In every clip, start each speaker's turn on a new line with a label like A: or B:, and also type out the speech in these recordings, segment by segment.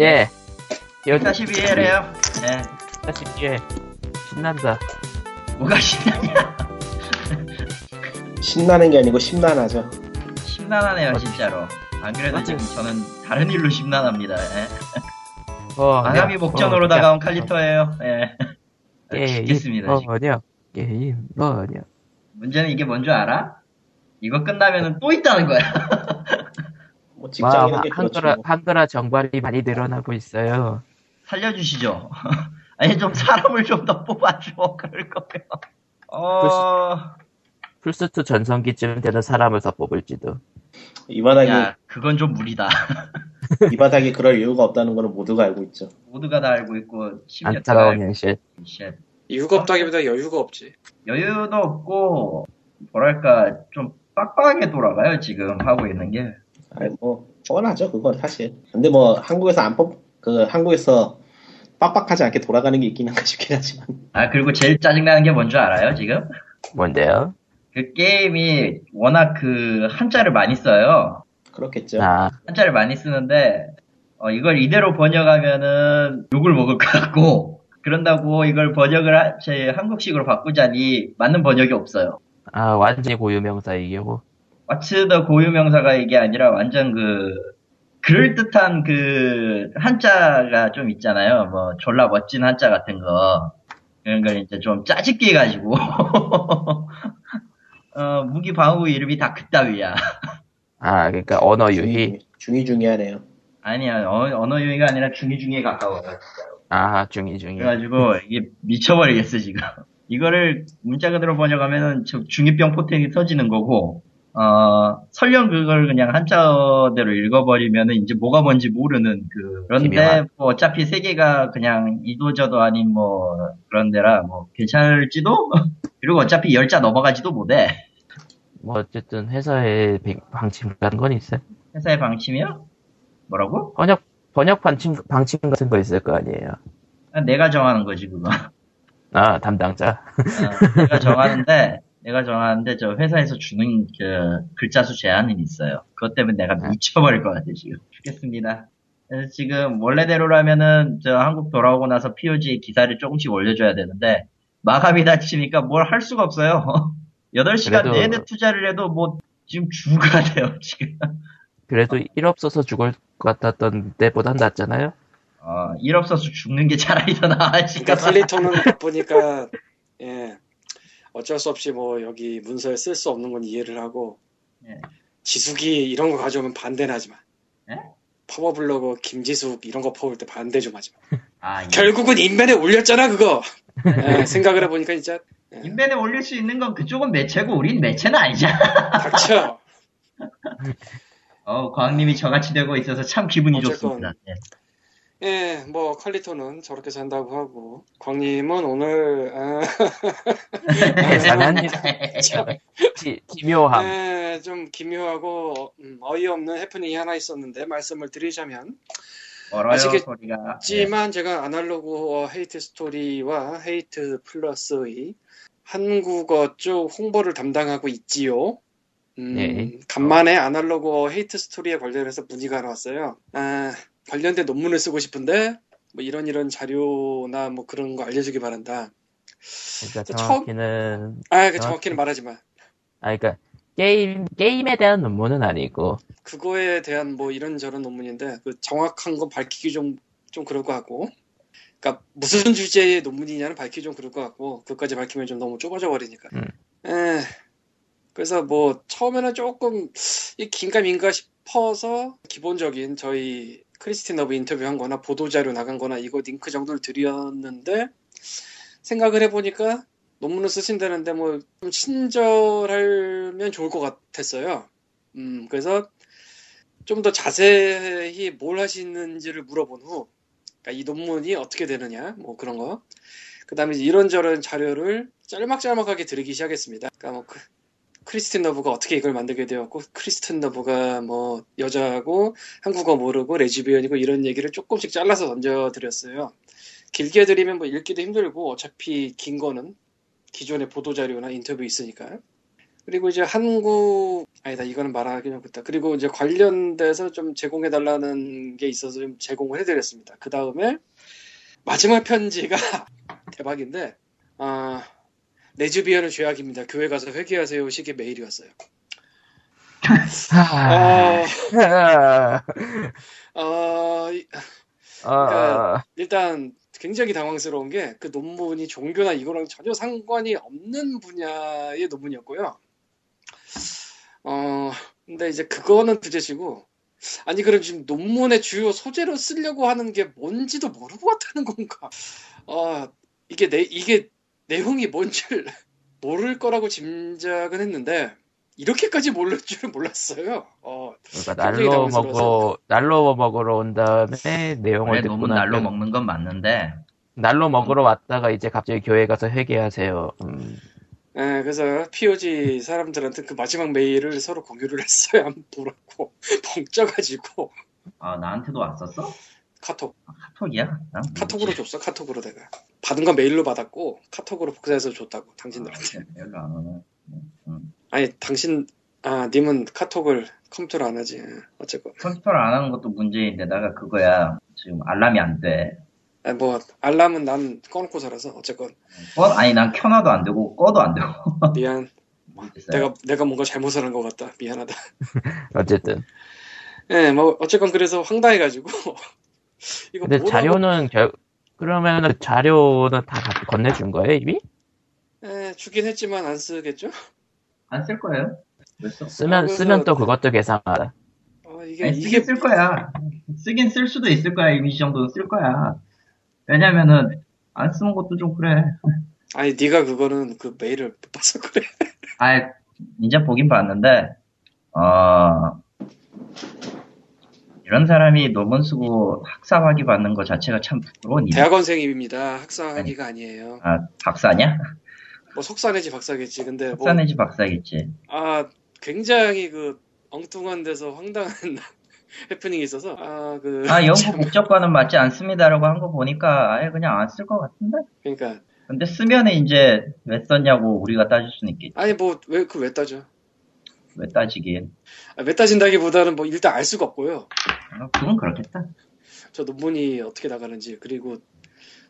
A: 예. 여자
B: 42회래요. 예.
A: 42회. 신난다.
B: 뭐가 신나냐?
C: 신나는 게 아니고 심란하죠.
B: 심란하네요, 진짜로. 안 그래도 지금 저는 다른 일로 심란합니다. 예.
A: 어,
B: 아가미
A: 어,
B: 목전으로
A: 어,
B: 다가온
A: 어,
B: 칼리터예요. 예.
A: 예,
B: 죽겠습니다. 지금.
A: 뭐냐? 예, 이 뭐냐?
B: 문제는 이게 뭔 줄 알아? 이거 끝나면은 또 있다는 거야.
C: 뭐
A: 와,
C: 직장인은 게 그렇죠.
A: 한글화, 한글화 정발이 많이 늘어나고 있어요.
B: 살려주시죠. 아니 좀 사람을 좀 더 뽑아줘 그럴 거면. 어.
A: 플스2 전성기쯤 되는 사람을 더 뽑을지도.
C: 이 바닥에
B: 야 그건 좀 무리다.
C: 이 바닥에 그럴 이유가 없다는 거는 모두가 알고 있죠.
B: 모두가 다 알고 있고 심지어 다
A: 안타까운
B: 알고
A: 현실.
B: 있는 쉣.
D: 이유가 없다기보다 여유가 없지.
B: 여유도 없고 뭐랄까 좀 빡빡하게 돌아가요 지금 하고 있는 게.
C: 아니 뭐 뻔하죠 그건 사실. 근데 뭐 한국에서 안뽑그 한국에서 빡빡하지 않게 돌아가는 게 있긴 한가 싶긴 하지만
B: 아 그리고 제일 짜증나는 게 뭔 줄 알아요 지금?
A: 뭔데요?
B: 그 게임이 워낙 그 한자를 많이 써요.
C: 그렇겠죠.
A: 아,
B: 한자를 많이 쓰는데 어, 이걸 이대로 번역하면은 욕을 먹을 것 같고 그런다고 이걸 번역을 하- 제 한국식으로 바꾸자니 맞는 번역이 없어요.
A: 아, 완전히 고유명사 이기고.
B: 마츠 더 고유명사가 이게 아니라 완전 그 그럴듯한 그 한자가 좀 있잖아요. 뭐 졸라 멋진 한자 같은 거 그런 걸 이제 좀 짜집기 가지고 어, 무기 방어 이름이 다 그따위야.
A: 아, 그러니까 언어 유희.
C: 중이 중이하네요.
B: 아니야 어- 언어 유희가 아니라 중이중에 가까워.
A: 아, 중이 중이.
B: 그래가지고 이게 미쳐버리겠어 지금. 이거를 문자 그대로 번역하면은 저 중이병 포텐이 터지는 거고 어 설령 그걸 그냥 한자대로 읽어버리면은 이제 뭐가 뭔지 모르는 그 그런데
A: 기묘한.
B: 뭐 어차피 세계가 그냥 이도저도 아닌 뭐 그런 데라 뭐 괜찮을지도 그리고 어차피 열자 넘어가지도 못해
A: 뭐 어쨌든 회사의 방- 방침 같은 건 있어요.
B: 회사의 방침이요? 뭐라고?
A: 번역 번역 방침 방침 같은 거 있을 거 아니에요.
B: 아, 내가 정하는 거지 그거.
A: 아, 담당자.
B: 어, 내가 정하는데 내가 정하는데 저 회사에서 주는 그 글자 수 제한은 있어요. 그것 때문에 내가
A: 네.
B: 미쳐버릴 것 같아 지금. 죽겠습니다. 그래서 지금 원래대로라면은 저 한국 돌아오고 나서 POG 기사를 조금씩 올려줘야 되는데 마감이 닥치니까 뭘 할 수가 없어요. 8시간
A: 그래도-
B: 내내 투자를 해도 뭐 지금 주가 돼요 지금.
A: 그래도 일 없어서 죽을 것 같았던 때보단 낫잖아요.
B: 어, 일 없어서 죽는 게 차라리 더 나아 지금.
D: 그러니까 칼리터는 바쁘니까 예 어쩔 수 없이 뭐 여기 문서에 쓸 수 없는 건 이해를 하고
B: 예.
D: 지숙이 이런 거 가져오면 반대는 하지 마.
B: 예?
D: 파워블로그 김지숙 이런 거 퍼올 때 반대 좀 하지 마.
B: 아, 예.
D: 결국은 인벤에 올렸잖아 그거. 예, 생각을 해보니까 진짜
B: 인벤에 올릴 수 있는 건 그쪽은 매체고 우린 매체는 아니잖아.
D: 닥쳐.
B: 어, 광님이 저같이 되고 있어서 참 기분이
D: 어쨌건.
B: 좋습니다. 네.
D: 예, 뭐 칼리터는 저렇게 산다고 하고 광님은 오늘 아,
A: 대단한 기- 기묘함.
D: 네, 좀 기묘하고 음, 어이없는 해프닝이 하나 있었는데 말씀을 드리자면
B: 멀어요
D: 아직은
B: 소리가. 네.
D: 하지만 제가 아날로그 어, 헤이트 스토리와 헤이트 플러스의 한국어 쪽 홍보를 담당하고 있지요. 음,
A: 네.
D: 간만에 아날로그 어, 헤이트 스토리에 관련해서 문의가 하나 왔어요. 아, 관련된 논문을 쓰고 싶은데 뭐 이런 이런 자료나 뭐 그런 거 알려주기 바란다.
A: 그러니까
D: 저
A: 정확히는
D: 아, 그 정확히는 말하지 마.
A: 아 그러니까 게임 게임에 대한 논문은 아니고
D: 그거에 대한 뭐 이런저런 논문인데 그 정확한 건 밝히기 좀 좀 그럴 것 같고 그러니까 무슨 주제의 논문이냐는 밝히기 좀 그럴 것 같고 그것까지 밝히면 좀 너무 좁아져 버리니까
A: 음.
D: 에, 그래서 뭐 처음에는 조금 이 긴가민가 싶어서 기본적인 저희 크리스틴 너브 인터뷰한 거나 보도자료 나간 거나 이거 링크 정도를 드렸는데 생각을 해보니까 논문을 쓰신다는데 뭐 좀 친절하면 좋을 것 같았어요 음, 그래서 좀 더 자세히 뭘 하시는지를 물어본 후, 그러니까 이 논문이 어떻게 되느냐, 뭐 그런 거. 그 다음에 이런저런 자료를 짤막짤막하게 드리기 시작했습니다. 그러니까 뭐 크- 크리스틴 너브가 어떻게 이걸 만들게 되었고, 크리스틴 너브가 뭐 여자고 한국어 모르고 레즈비언이고 이런 얘기를 조금씩 잘라서 던져드렸어요. 길게 드리면 뭐 읽기도 힘들고 어차피 긴 거는 기존의 보도자료나 인터뷰 있으니까. 그리고 이제 한국 아니다 이거는 말하기 좀 그렇다. 그리고 이제 관련돼서 좀 제공해 달라는 게 있어서 좀 제공을 해드렸습니다. 그 다음에 마지막 편지가 대박인데 아, 내 주비안은 죄악입니다. 교회 가서 회개하세요 식의 메일이 왔어요. 아,
A: 아,
D: 아, 이-
A: 아,
D: 일단 굉장히 당황스러운 게 그 논문이 종교나 이거랑 전혀 상관이 없는 분야의 논문이었고요. 어, 근데 이제 그거는 부제시고, 아니, 그럼 지금 논문의 주요 소재로 쓰려고 하는 게 뭔지도 모르고 왔다는 건가? 아, 이게 내, 이게 내용이 뭔지를 모를 거라고 짐작은 했는데, 이렇게까지 모를 줄은 몰랐어요. 어,
A: 그러니까
D: 굉장히
A: 날로 먹고
D: 당황스러워서.
A: 날로 먹으러 온 다음에 내용을
B: 원래
A: 듣고
B: 논문
A: 나면
B: 날로 먹는 음. 건 맞는데
A: 날로 먹으러 왔다가 이제 갑자기 교회 가서 회개하세요. 음,
D: 예, 그래서 POG 사람들한테 그 마지막 메일을 서로 공유를 했어요. 안 보라고 벙쪄가지고
B: 아 나한테도 왔었어?
D: 카톡
B: 카톡이야? 난 모르지.
A: 음.
D: 카톡으로 줬어. 카톡으로 내가 받은 건 메일로 받았고 카톡으로 복사해서 줬다고
A: 아.
D: 당신들한테.
B: 연락 안 오네. 응.
D: 아니 당신 아 님은 카톡을 컴퓨터로 안 하지. 어쨌건
B: 컴퓨터를 안 하는 것도 문제인데다가 그거야 지금 알람이 안 돼.
D: 아, 뭐 알람은 난 꺼놓고 살아서 어쨌건
B: 꺼 아니 난 켜놔도 안 되고 꺼도 안 되고.
A: 아,
D: 미안.
A: 네.
B: 모르겠어요.
D: 내가 내가 뭔가 잘못을 한 것 같다. 미안하다.
A: 어쨌든
D: 예, 뭐 어쨌건 그래서 황당해가지고 이거
A: 근데
D: 뭐라고-
A: 자료는 결 그러면 자료는 다 가- 건네준 거예요 이미?
D: 예, 주긴 했지만 안 쓰겠죠?
B: 안 쓸 거예요? 왜 써?
A: 쓰면
D: 아, 그래서-
A: 쓰면 또 그것도 계산하라.
D: 어,
B: 아니,
D: 이게
B: 쓰긴
D: 이게
B: 쓸 거야. 쓰긴 쓸 수도 있을 거야. 이미지 정도는 쓸 거야. 왜냐면은 안 쓰는 것도 좀 그래.
D: 아니 네가 그거는 그 메일을 못 봐서 그래.
B: 아, 이제 보긴 봤는데, 어, 이런 사람이 논문 쓰고 학사학위 받는 거 자체가 참 부끄러운 일.
D: 대학원생입니다. 학사학위가 아니에요.
B: 음. 아, 박사냐?
D: 뭐 석사 내지 박사겠지. 근데 뭐
B: 학사 내지 박사겠지.
D: 아, 굉장히 그 엉뚱한 데서 황당한 해프닝이 있어서 아, 그
B: 아, 연구 목적과는 맞지 않습니다라고 한 거 보니까 아예 그냥 안 쓸 것 같은데?
D: 그러니까
B: 근데 쓰면 이제 왜 썼냐고 우리가 따질 수는 있겠지.
D: 아니 뭐 왜 그 왜 따져?
B: 왜 따지긴.
D: 아, 왜 따진다기보다는 뭐 일단 알 수가 없고요.
B: 아, 그건 그렇겠다.
D: 저 논문이 어떻게 나가는지 그리고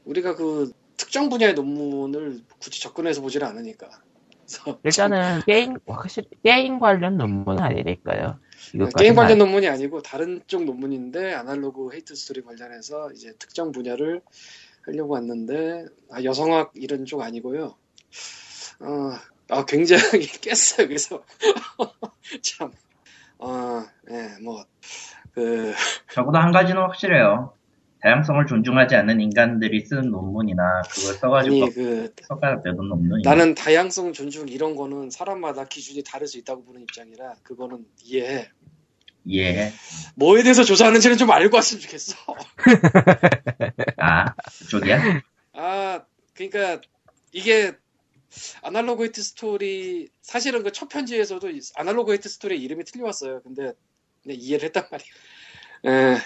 D: 우리가 그 특정 분야의 논문을 굳이 접근해서 보지를 않으니까. 그래서
A: 일단은
D: 음.
A: 게임 확실히 게임 관련 논문은 아니니까요. 이것까지는
D: 게임 관련
A: 알-
D: 논문이 아니고 다른 쪽 논문인데 아날로그 헤이트 스토리 관련해서 이제 특정 분야를 하려고 왔는데 아, 여성학 이런 쪽 아니고요. 어, 아 굉장히 깼어요. 그래서 참, 어, 예, 뭐그
B: 적어도 한 가지는 확실해요. 다양성을 존중하지 않는 인간들이 쓰는 논문이나 그걸 써가지고
D: 아니 그
B: 석가가 되는 논문이
D: 나는 다양성 존중 이런 거는 사람마다 기준이 다를 수 있다고 보는 입장이라 그거는 이해해.
B: 이해해.
D: 뭐에 대해서 조사하는지는 좀 알고 왔으면 좋겠어.
B: 아, 그쪽이야?
D: 아, 그러니까 이게 아날로그 히트 스토리 사실은 그 첫 편지에서도 이- 아날로그 히트 스토리 이름이 틀려왔어요. 근데 그냥 이해를 했단 말이에요. 예,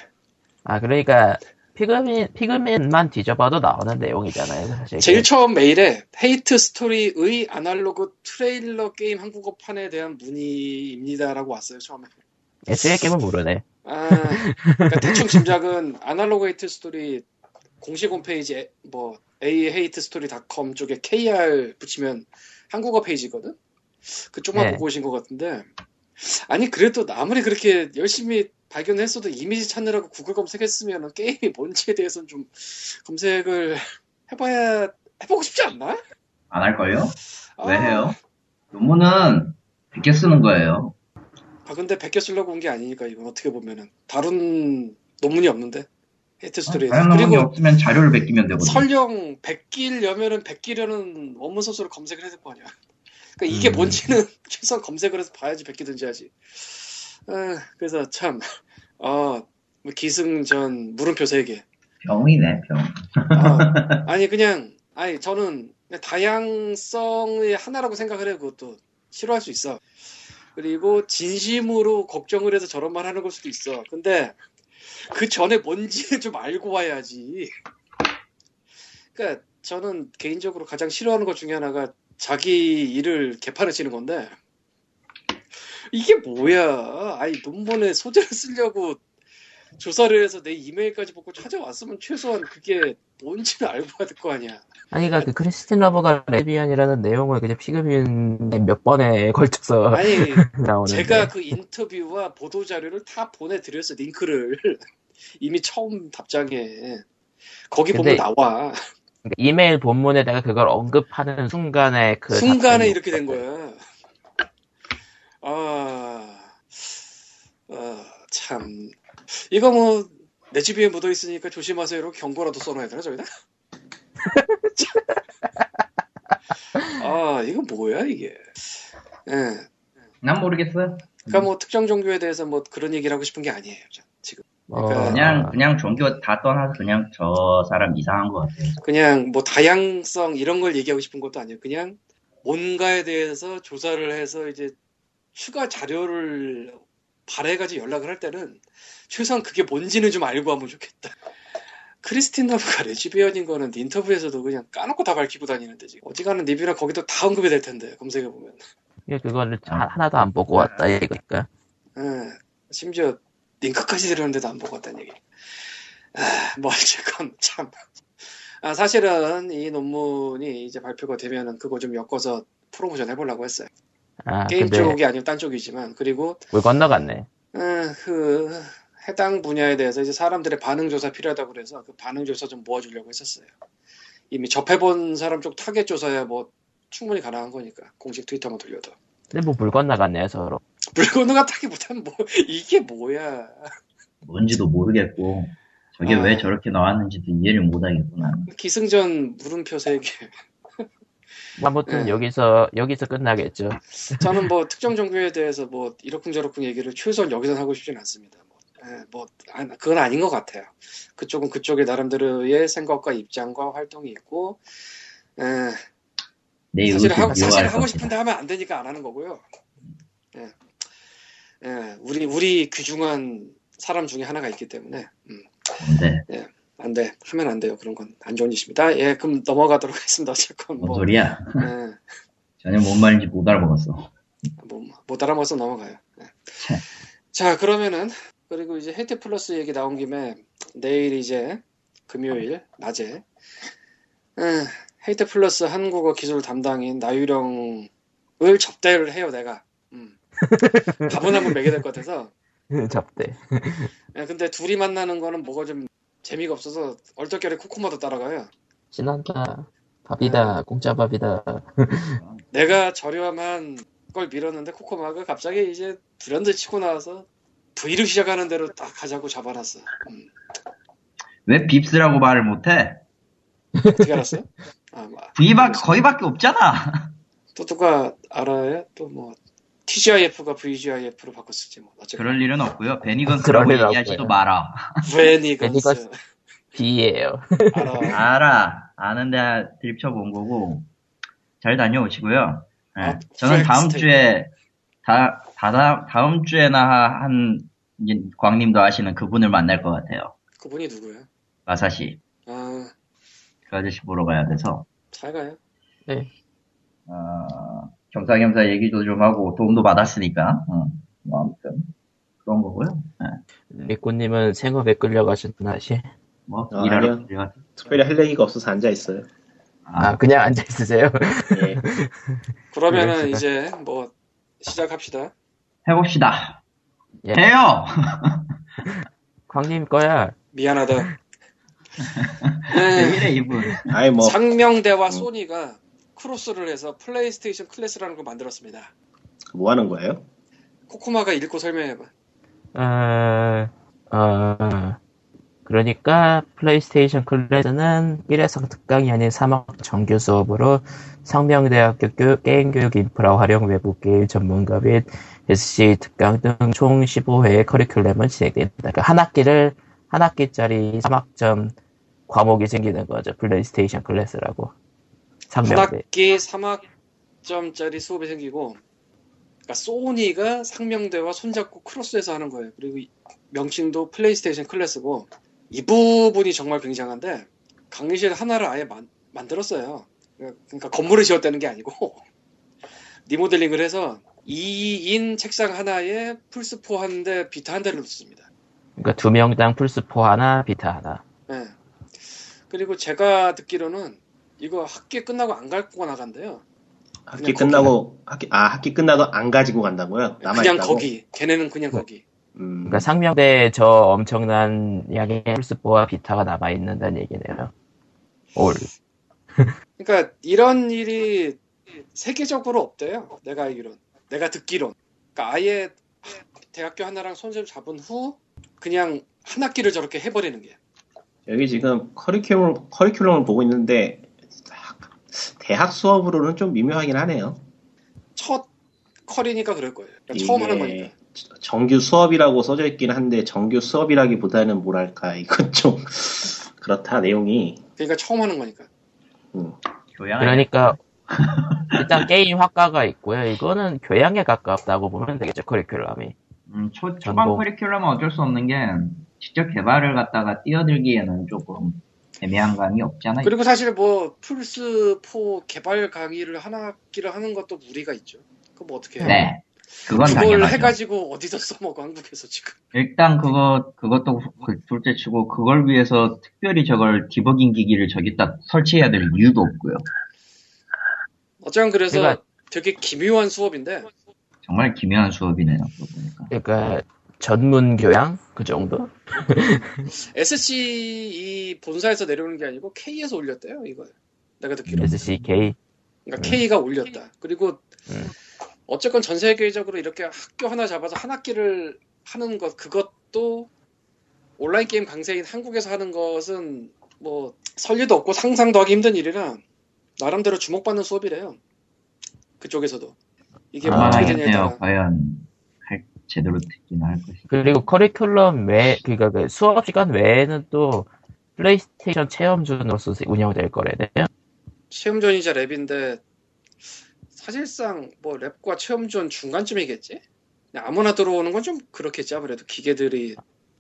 A: 아 그러니까 피그민 피그민만 뒤져봐도 나오는 내용이잖아요 사실.
D: 제일 처음 메일에 헤이트 스토리의 아날로그 트레일러 게임 한국어판에 대한 문의입니다라고 왔어요 처음에.
A: 애초에 게임은 모르네.
D: 아, 그러니까 대충 짐작은 아날로그 헤이트 스토리 공식 홈페이지 뭐 a h a t e s t o r y c o m 쪽에 kr 붙이면 한국어 페이지거든. 그쪽만
A: 네.
D: 보고 오신 것 같은데 아니 그래도 아무리 그렇게 열심히 발견했어도 이미지 찾느라고 구글 검색했으면 게임이 뭔지에 대해서는 좀 검색을 해봐야 해보고 싶지 않나?
B: 안 할걸요?
D: 아,
B: 왜 해요? 논문은 이렇게 쓰는 거예요.
D: 아 근데 베껴 쓰려고 온 게 아니니까 이건 어떻게 보면은 다른 논문이 없는데 헤이트 스토리에
B: 아, 다른 논문이 없으면 자료를 베끼면 되거든.
D: 설령 베끼려면은 베끼려는 원문 소스를 검색을 해야 될 거 아니야. 그러니까 이게
A: 음.
D: 뭔지는 최소한 검색을 해서 봐야지 베끼든지 하지. 아, 그래서 참, 아, 뭐 기승전 물음표 3개.
B: 병이네, 병.
D: 아, 니 그냥, 아니, 저는 그냥 다양성의 하나라고 생각을 해요. 그것도 싫어할 수 있어. 그리고 진심으로 걱정을 해서 저런 말 하는 걸 수도 있어. 근데 그 전에 뭔지 좀 알고 와야지. 그러니까 저는 개인적으로 가장 싫어하는 것 중에 하나가 자기 일을 개판을 치는 건데 이게 뭐야? 아니 논문에 소재를 쓰려고 조사를 해서 내 이메일까지 보고 찾아왔으면 최소한 그게 뭔지는 알고 가야 될 거 아니야.
A: 아니, 그러니까 그 크리스틴 러버가 레즈비언이라는 내용을 그냥 피그민에 몇 번에 걸쳐서
D: 아니
A: 나오는.
D: 제가 그 인터뷰와 보도 자료를 다 보내드렸어 링크를 이미 처음 답장에 거기
A: 근데
D: 보면 나와
A: 그러니까 이메일 본문에다가 그걸 언급하는 순간에 그 답변이
D: 순간에 이렇게 된
A: 없었어요.
D: 거야. 아, 아, 참 이거 뭐 내 집에 묻어 있으니까 조심하세요. 이렇게 경고라도 써놔야 되나 저기다? 참. 아, 이거 뭐야 이게? 예.
B: 난 모르겠어요.
D: 그러니까 뭐 특정 종교에 대해서 뭐 그런 얘기를 하고 싶은 게 아니에요. 자, 지금
A: 어,
D: 그러니까
B: 그냥 그냥 종교 다 떠나서 그냥 저 사람 이상한 것 같아요.
D: 그냥 뭐 다양성 이런 걸 얘기하고 싶은 것도 아니에요. 그냥 뭔가에 대해서 조사를 해서 이제 추가 자료를 발해가지고 연락을 할 때는 최소한 그게 뭔지는 좀 알고 하면 좋겠다. 크리스틴 너브가 레즈비언인 거는 인터뷰에서도 그냥 까놓고 다 밝히고 다니는데 지금 어지간한 리뷰나 거기도 다 언급이 될 텐데 검색해 보면.
A: 이게 그거를 하- 하나도 안 보고 왔다 이거니까.
D: 예, 심지어 링크까지 들었는데도 안 보고 왔다는 얘기. 아, 뭐 어쨌건 참. 아, 사실은 이 논문이 이제 발표가 되면은 그거 좀 엮어서 프로모션 해보려고 했어요.
A: 아,
D: 게임
A: 근데
D: 쪽이 아니면 딴 쪽이지만 그리고
A: 물 건너갔네.
D: 어, 그 해당 분야에 대해서 이제 사람들의 반응 조사 필요하다고 그래서 그 반응 조사 좀 모아주려고 했었어요. 이미 접해본 사람 쪽 타겟 조사야 뭐 충분히 가능한 거니까 공식 트위터만 돌려도
A: 근데 뭐 물 건너갔네요 서로.
D: 물 건너갔다기보다는 뭐 이게 뭐야?
B: 뭔지도 모르겠고 저게
D: 아.
B: 왜 저렇게 나왔는지도 이해를 못하겠구나.
D: 기승전 물음표 세 개.
A: 뭐 아무튼
D: 네.
A: 여기서 여기서 끝나겠죠.
D: 저는 뭐 특정 종교에 대해서 뭐 이러쿵저러쿵 얘기를 최소한 여기서 하고 싶진 않습니다. 뭐, 예, 뭐 아, 그건 아닌 것 같아요. 그쪽은 그쪽의 나름대로의 생각과 입장과 활동이 있고 예,
B: 내 의식을
D: 사실 하고 사실
B: 미워할
D: 하고
B: 것이다.
D: 싶은데 하면 안 되니까 안 하는 거고요. 예. 예, 우리 우리 귀중한 사람 중에 하나가 있기 때문에 음,
B: 뭔데?
D: 안 돼. 하면 안 돼요. 그런 건 안 좋은 짓입니다. 예, 그럼 넘어가도록 하겠습니다. 어쨌건
B: 뭔
D: 뭐,
B: 소리야?
D: 예.
B: 전혀 뭔 말인지 못 알아먹었어.
D: 뭐, 못 알아먹어서 넘어가요. 네.
B: 참.
D: 자, 그러면은, 그리고 이제 헤이트 플러스 얘기 나온 김에, 내일 이제, 금요일, 낮에, 음, 헤이트 플러스 한국어 기술 담당인 나유령을 접대를 해요, 내가. 음. 밥은 한번 먹게 될 것 같아서.
A: 잡대.
D: 예, 근데 둘이 만나는 거는 뭐가 좀 재미가 없어서 얼떨결에 코코마도 따라가요.
A: 신난다. 밥이다. 공짜 밥이다.
D: 내가 저렴한 걸 밀었는데 코코마가 갑자기 이제 두련들 치고 나와서 V를 시작하는 대로 딱 가자고 잡아놨어. 음,
B: 왜 빕스라고 말을 못해?
D: 어떻게 알았어? 아, 뭐,
B: V밖 거의밖에 없잖아.
D: 또 누가 알아요? 또 뭐 TGIF가 VGIF로 바꿨을지 뭐 어쨌든
B: 그럴 일은 없고요. 베니건스
A: 그럴
B: 그런
A: 일은
B: 얘기하지도
A: 없고요.
B: 마라.
D: 브레니건스
A: 비예요.
D: 알아.
B: 알아. 아는데 들춰본 거고. 잘 다녀오시고요. 예,
D: 아,
B: 저는 다음
D: 브렉스테이크.
B: 주에, 다, 다, 다음 주에나 한, 이제 광님도 아시는 그분을 만날 것 같아요.
D: 그분이 누구야?
B: 마사시.
D: 아,
B: 그 아저씨 보러 가야 돼서.
D: 잘 가요.
B: 어, 겸사겸사 얘기도 좀 하고 도움도 받았으니까. 어, 뭐 아무튼 그런 거고요. 예,
A: 리코님은 생업에 끌려가셨나 하시?
B: 뭐
C: 아,
B: 일하러
C: 아니요.
B: 들어가-
C: 특별히 할 얘기가 없어서 앉아 있어요.
B: 아,
A: 아 그냥 앉아 있으세요?
C: 예.
D: 그러면은
A: 그래,
D: 이제 뭐 시작합시다.
B: 해봅시다.
A: 예.
B: 해요.
A: 광님 거야.
D: 미안하다.
B: 왜
D: 네.
B: 이래 이분.
C: 아이 뭐
D: 상명대와 소니가 크로스를 해서 플레이스테이션 클래스라는 걸 만들었습니다.
C: 뭐 하는 거예요?
D: 코코마가 읽고 설명해봐.
A: 어, 어, 그러니까 플레이스테이션 클래스는 1회성 특강이 아닌 3학 정규 수업으로 상명대학교 교- 게임 교육 인프라 활용 외부 게임 전문가 및 SC 특강 등 총 15회의 커리큘럼을 진행된다. 그러니까 한 학기를 한 학기짜리 3학점 과목이 생기는 거죠. 플레이스테이션 클래스라고.
D: 한
A: 상명대.
D: 학기 3학점짜리 수업이 생기고, 그러니까 소니가 상명대와 손잡고 크로스해서 하는 거예요. 그리고 이- 명칭도 플레이스테이션 클래스고, 이 부분이 정말 굉장한데, 강의실 하나를 아예 만, 만들었어요. 그러니까 건물을 지었다는 게 아니고, 리모델링을 해서 2인 책상 하나에 플스4 한 대, 비타 한 대를 놓습니다.
A: 그러니까 두 명당 플스4 하나, 비타 하나.
D: 예. 그리고 제가 듣기로는 이거 학기 끝나고 안 갖고 나간대요.
C: 학기 끝나고 학기 아 학기 끝나도 안 가지고 간다고요? 남아
D: 그냥
C: 있다고?
D: 거기. 걔네는 그냥 거기.
C: 음,
A: 그러니까 상명대 저 엄청난 양의 플스4와 비타가 남아 있는다는 얘기네요. 올.
D: 그러니까 이런 일이 세계적으로 없대요. 내가 알기론. 내가 듣기론. 그러니까 아예 대학교 하나랑 손을 잡은 후 그냥 한 학기를 저렇게 해버리는 게.
C: 여기 지금 커리큘럼 커리큘럼을 보고 있는데 학- 대학 수업으로는 좀 미묘하긴 하네요.
D: 첫 컬이니까 그럴 거예요. 그러니까 처음 하는
C: 이게
D: 거니까.
C: 정규 수업이라고 써져 있긴 한데 정규 수업이라기보다는 뭐랄까 이건 좀 그렇다 내용이
D: 그러니까 처음 하는 거니까.
B: 교양 아니야?
A: 그러니까 일단 게임 학과가 있고요. 이거는 교양에 가깝다고 보면 되겠죠 커리큘럼이.
B: 음, 초, 초반
A: 전공.
B: 커리큘럼은 어쩔 수 없는 게 직접 개발을 갖다가 뛰어들기에는 조금 애매한 감이 없지 않아
D: 그리고 사실 뭐 플스4 개발 강의를 한 학기를 하는 것도 무리가 있죠. 그럼 뭐 어떻게 해요?
B: 네. 그건
D: 그걸
B: 당연하죠.
D: 해가지고 어디서 써먹어 한국에서 지금.
B: 일단 그거 그것도 그- 둘째 치고 그걸 위해서 특별히 저걸 디버깅 기기를 저기다 설치해야 될 이유도 없고요.
D: 어쨌든 그래서
A: 제가-
D: 되게 기묘한 수업인데
B: 정말 기묘한 수업이네요. 그러고 보니까.
A: 그러니까 전문 교양 그 정도.
D: SCE 본사에서 내려오는 게 아니고 K에서 올렸대요 이걸 내가 듣기로
A: SCK.
D: 그러니까 K가 올렸다 그리고
A: 음.
D: 어쨌건 전 세계적으로 이렇게 학교 하나 잡아서 한 학기를 하는 것 그것도 온라인 게임 강세인 한국에서 하는 것은 뭐 설리도 없고 상상도 하기 힘든 일이라 나름대로 주목받는 수업이래요 그쪽에서도 이게 뭐
A: 아,
D: 어떻게 되냐에
B: 글쎄요,
D: 따라
B: 과연 할- 제대로 듣기나 할 것이.
A: 그리고 커리큘럼 외 그러니까 그 수업 시간 외에는 또 플레이스테이션 체험존으로서 운영될 거래네요.
D: 체험존이자 랩인데 사실상 뭐 랩과 체험존 중간쯤이겠지? 그냥 아무나 들어오는 건 좀 그렇겠지 아무래도 기계들이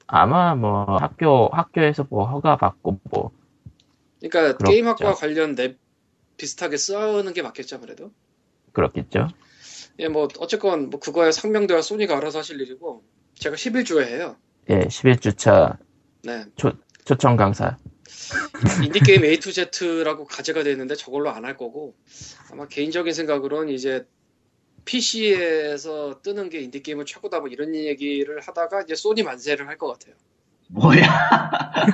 A: 아마 뭐 학교 학교에서 뭐 허가 받고 뭐
D: 그러니까
A: 그렇죠.
D: 게임학과 관련 랩 비슷하게 싸우는 게 맞겠지 아무래도
A: 그렇겠죠.
D: 예 뭐 어쨌건 뭐 그거야 상명대와 소니가 알아서 하실 일이고 제가 11주에 해요
A: 예, 11주차
D: 네
A: 초청 강사.
D: 인디게임 A to Z라고 가제가 돼 있는데 저걸로 안 할 거고 아마 개인적인 생각으로는 이제 PC에서 뜨는 게 인디게임은 최고다 뭐 이런 얘기를 하다가 이제 소니 만세를 할 것 같아요
B: 뭐야?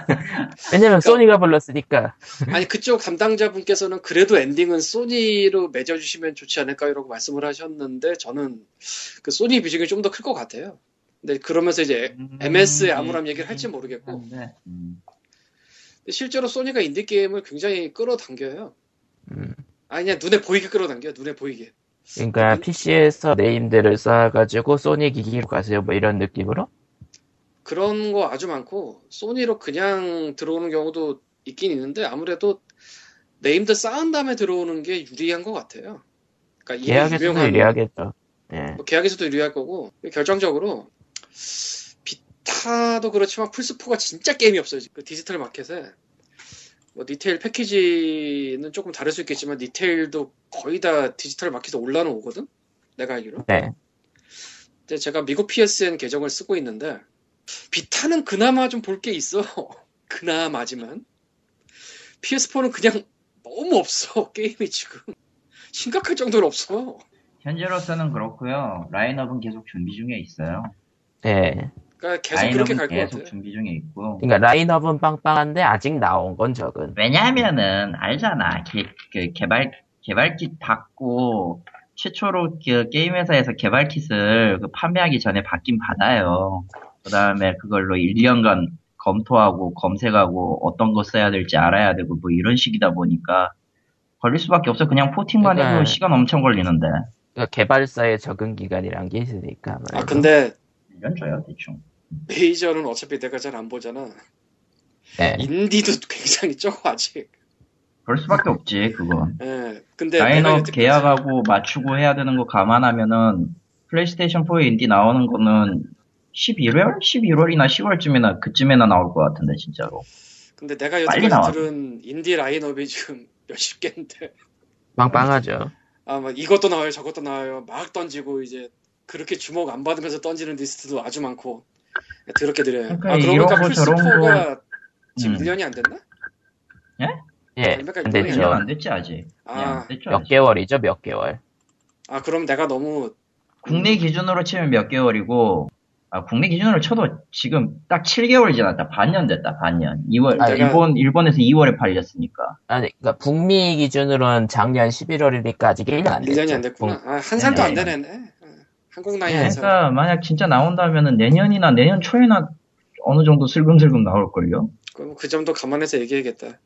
D: 그러니까
A: 왜냐면 소니가 불렀으니까.
D: 아니 그쪽 담당자분께서는 그래도 엔딩은 소니로 맺어주시면 좋지 않을까요라고 말씀을 하셨는데 저는 그 소니 비중이 좀 더 클 것 같아요. 근데 그러면서 이제 MS의
A: 음.
D: 아무런 얘기를 할지 모르겠고.
B: 한데, 음,
D: 실제로 소니가 인디 게임을 굉장히 끌어당겨요.
A: 음.
D: 아니 그냥 눈에 보이게 끌어당겨요. 눈에 보이게.
A: 그러니까 PC에서 네임들을 쌓아가지고 소니 기기로 가세요. 뭐 이런 느낌으로.
D: 그런 거 아주 많고 소니로 그냥 들어오는 경우도 있긴 있는데 아무래도 네임드 쌓은 다음에 들어오는 게 유리한 것 같아요. 그러니까 이미
A: 예약에서도
D: 유명한-
A: 유리하겠죠. 예.
D: 뭐 계약에서도 유리할 거고 결정적으로 비타도 그렇지만 플스4가 진짜 게임이 없어요 지금. 그 디지털 마켓에 뭐 디테일 패키지는 조금 다를 수 있겠지만 디테일도 거의 다 디지털 마켓에 올라는 오거든 내가 알기로
A: 네.
D: 근데 제가 미국 PSN 계정을 쓰고 있는데 비타는 그나마 좀 볼 게 있어 그나마지만 PS4는 그냥 너무 없어 게임이 지금 심각할 정도로 없어
B: 현재로서는 그렇고요. 라인업은 계속 준비 중에 있어요.
A: 예.
D: 그러니까 계속 그렇게
B: 라인업은
D: 갈 것
B: 계속
D: 같아요
B: 준비 중에 있고.
A: 그러니까 라인업은 빵빵한데 아직 나온 건 적은.
B: 왜냐하면은 알잖아. 개, 그 개발 개발킷 받고 최초로 그 게임 회사에서 개발킷을 그 판매하기 전에 받긴 받아요. 그다음에 그걸로 1년간 검토하고 검색하고 어떤 거 써야 될지 알아야 되고 뭐 이런 식이다 보니까 걸릴 수밖에 없어. 그냥 포팅만 해도
A: 그러니까-
B: 시간 엄청 걸리는데
A: 그러니까 개발사의 적응 기간이란 게 있으니까.
D: 아 근데
B: 1년 줘요 대충.
D: 메이저는 어차피 내가 잘 안 보잖아.
A: 예.
D: 인디도 굉장히 적어 아직.
B: 그럴 수밖에 없지 그건.
D: 예. 근데 내가
B: 라인업
D: 이제
B: 계약하고 맞추고 해야 되는 거 감안하면은 플레이스테이션 4에 인디 나오는 거는 11월? 11월이나 10월쯤이나 그쯤에나 나올 것 같은데 진짜로.
D: 근데 내가
B: 빨리 나와.
D: 여태까지 들은 인디 라인업이 지금 몇십 개인데
A: 빵빵하죠.
D: 아, 막 이것도 나와요, 저것도 나와요. 막 던지고 이제 그렇게 주목 안 받으면서 던지는 리스트도 아주 많고 더럽게 드려요.
B: 그러니까
D: 아,
B: 이런
D: 그러니까
B: 거, 저런 거.
D: 플스4가 지금
B: 음.
D: 1년이 안 됐나?
A: 예,
D: 그러니까
A: 근데
D: 이거는
B: 그냥
A: 저
B: 안 됐지 아직. 그냥
D: 아,
B: 네, 안 됐죠.
A: 몇
B: 아직.
A: 개월이죠, 몇 개월.
D: 아 그럼 내가 너무
B: 국내 기준으로 치면 몇 개월이고 아, 국내 기준으로 쳐도 지금 딱 7개월 지났다. 반년 됐다. 반년. 2월
A: 아,
D: 내가-
B: 일본 일본에서 2월에 팔렸으니까.
A: 아니, 그러니까 북미 기준으로는 작년 11월이니까 아직 1년 안 됐죠.
D: 1년이 안 됐구나. 아,
B: 네,
D: 한 살도 안 되네. 한국
A: 네.
D: 나이에서.
B: 그러니까 만약 진짜 나온다면은 내년이나 내년 초에나 어느 정도 슬금슬금 나올 걸요.
D: 그럼 그 점도 감안해서 얘기해야겠다.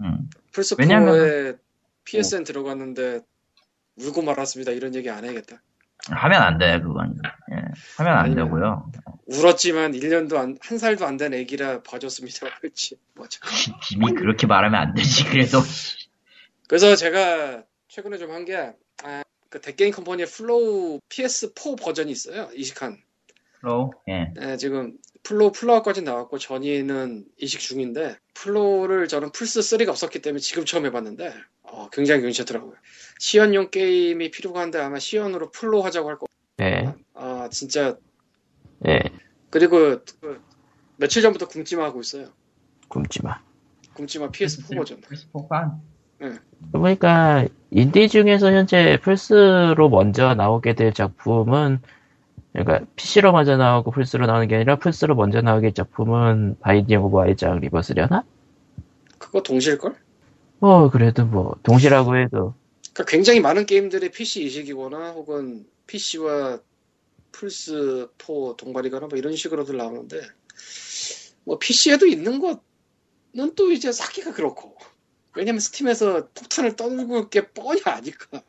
B: 음.
D: 플스4에
B: 왜냐면은-
D: PSN 들어갔는데 울고 말았습니다. 이런 얘기 안 해야겠다.
B: 하면 안 돼, 그건. 예. 하면 안
D: 아니면-
B: 되고요.
D: 울었지만 1년도 안, 한 살도 안 된 애기라 봐줬습니다. 그렇지. 맞아.
B: 이미 그렇게 말하면 안 되지. 그래도
D: 그래서 제가 최근에 좀 한 게, 아, 그 덱게임 컴퍼니의 플로우 PS4 버전이 있어요. 이식한.
B: 플로우. 예.
D: 예, 지금 플로우 플라워까지 나왔고 전이는 이식 중인데 플로우를 저는 플스 3가 없었기 때문에 지금 처음 해봤는데 어, 굉장히 괜찮더라고요. 시연용 게임이 필요가 한데 아마 시연으로 플로우 하자고 할 거.
A: 예,
D: 아 진짜
A: 예,
D: 그리고 그 며칠 전부터 궁지마 하고 있어요.
A: 굶지 마.
D: 궁지마 PS4 버전.
B: 플스4판.
A: 그러니까 인디 중에서 현재 플스로 먼저 나오게 될 작품은 그러니까 PC로 먼저 나오고 플스로 나오는 게 아니라 플스로 먼저 나오게 될 작품은 바이딩 오브 아이작 리버스려나?
D: 그거 동시일 걸?
A: 뭐 그래도 뭐 동시라고 해도
D: 그러니까 굉장히 많은 게임들이 PC 이식이거나 혹은 PC와 플스 4 동반이거나 뭐 이런 식으로들 나오는데 뭐 PC에도 있는 거는 또 이제 사기가 그렇고 왜냐면 스팀에서 폭탄을 떠들고 게 뻔히 아니까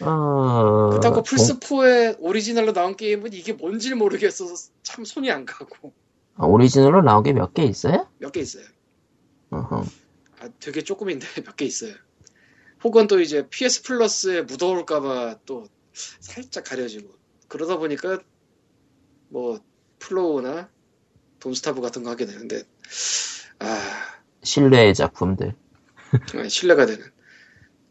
A: 어
D: 그러니까 그렇다고
A: 동-
D: 플스 4의 오리지널로 나온 게임은 이게 뭔지 모르겠어서 참 손이 안 가고
A: 아, 오리지널로 나온 게 몇 개 있어요?
D: 몇 개 있어요.
A: 어허.
D: 아, 되게 조금인데 몇 개 있어요. 혹은 또 이제 PS 플러스에 묻어올까봐 또 살짝 가려지고 그러다 보니까 뭐 플로우나 돈스타브 같은 거 하게 되는데 아
A: 신뢰의 작품들.
D: 정말 신뢰가 되는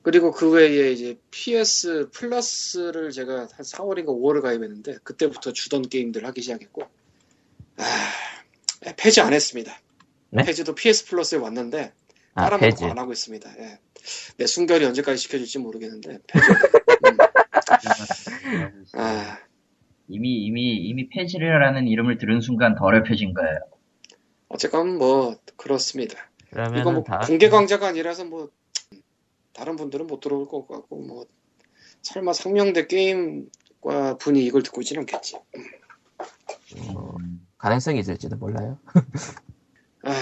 D: 그리고 그 외에 이제 PS 플러스를 제가 한 4월인가 5월에 가입했는데 그때부터 주던 게임들 하기 시작했고 아 폐지 안 했습니다.
A: 네?
D: 폐지도 PS 플러스에 왔는데
A: 아,
D: 사람
A: 페이지.
D: 안 하고 있습니다. 예. 내 순결이 언제까지 지켜질지 모르겠는데 폐지. 아,
B: 이미 이미 이미 폐지라는 이름을 들은 순간 더럽혀진 거예요.
D: 어쨌건 뭐 그렇습니다. 이건
A: 그러면
D: 뭐
A: 다 음.
D: 공개 강좌가 아니라서 뭐 다른 분들은 못 들어올 것 같고 뭐 설마 상명대 게임과 분이 이걸 듣고 있지는 않겠지.
A: 뭐, 가능성이 있을지도 몰라요.
D: 아,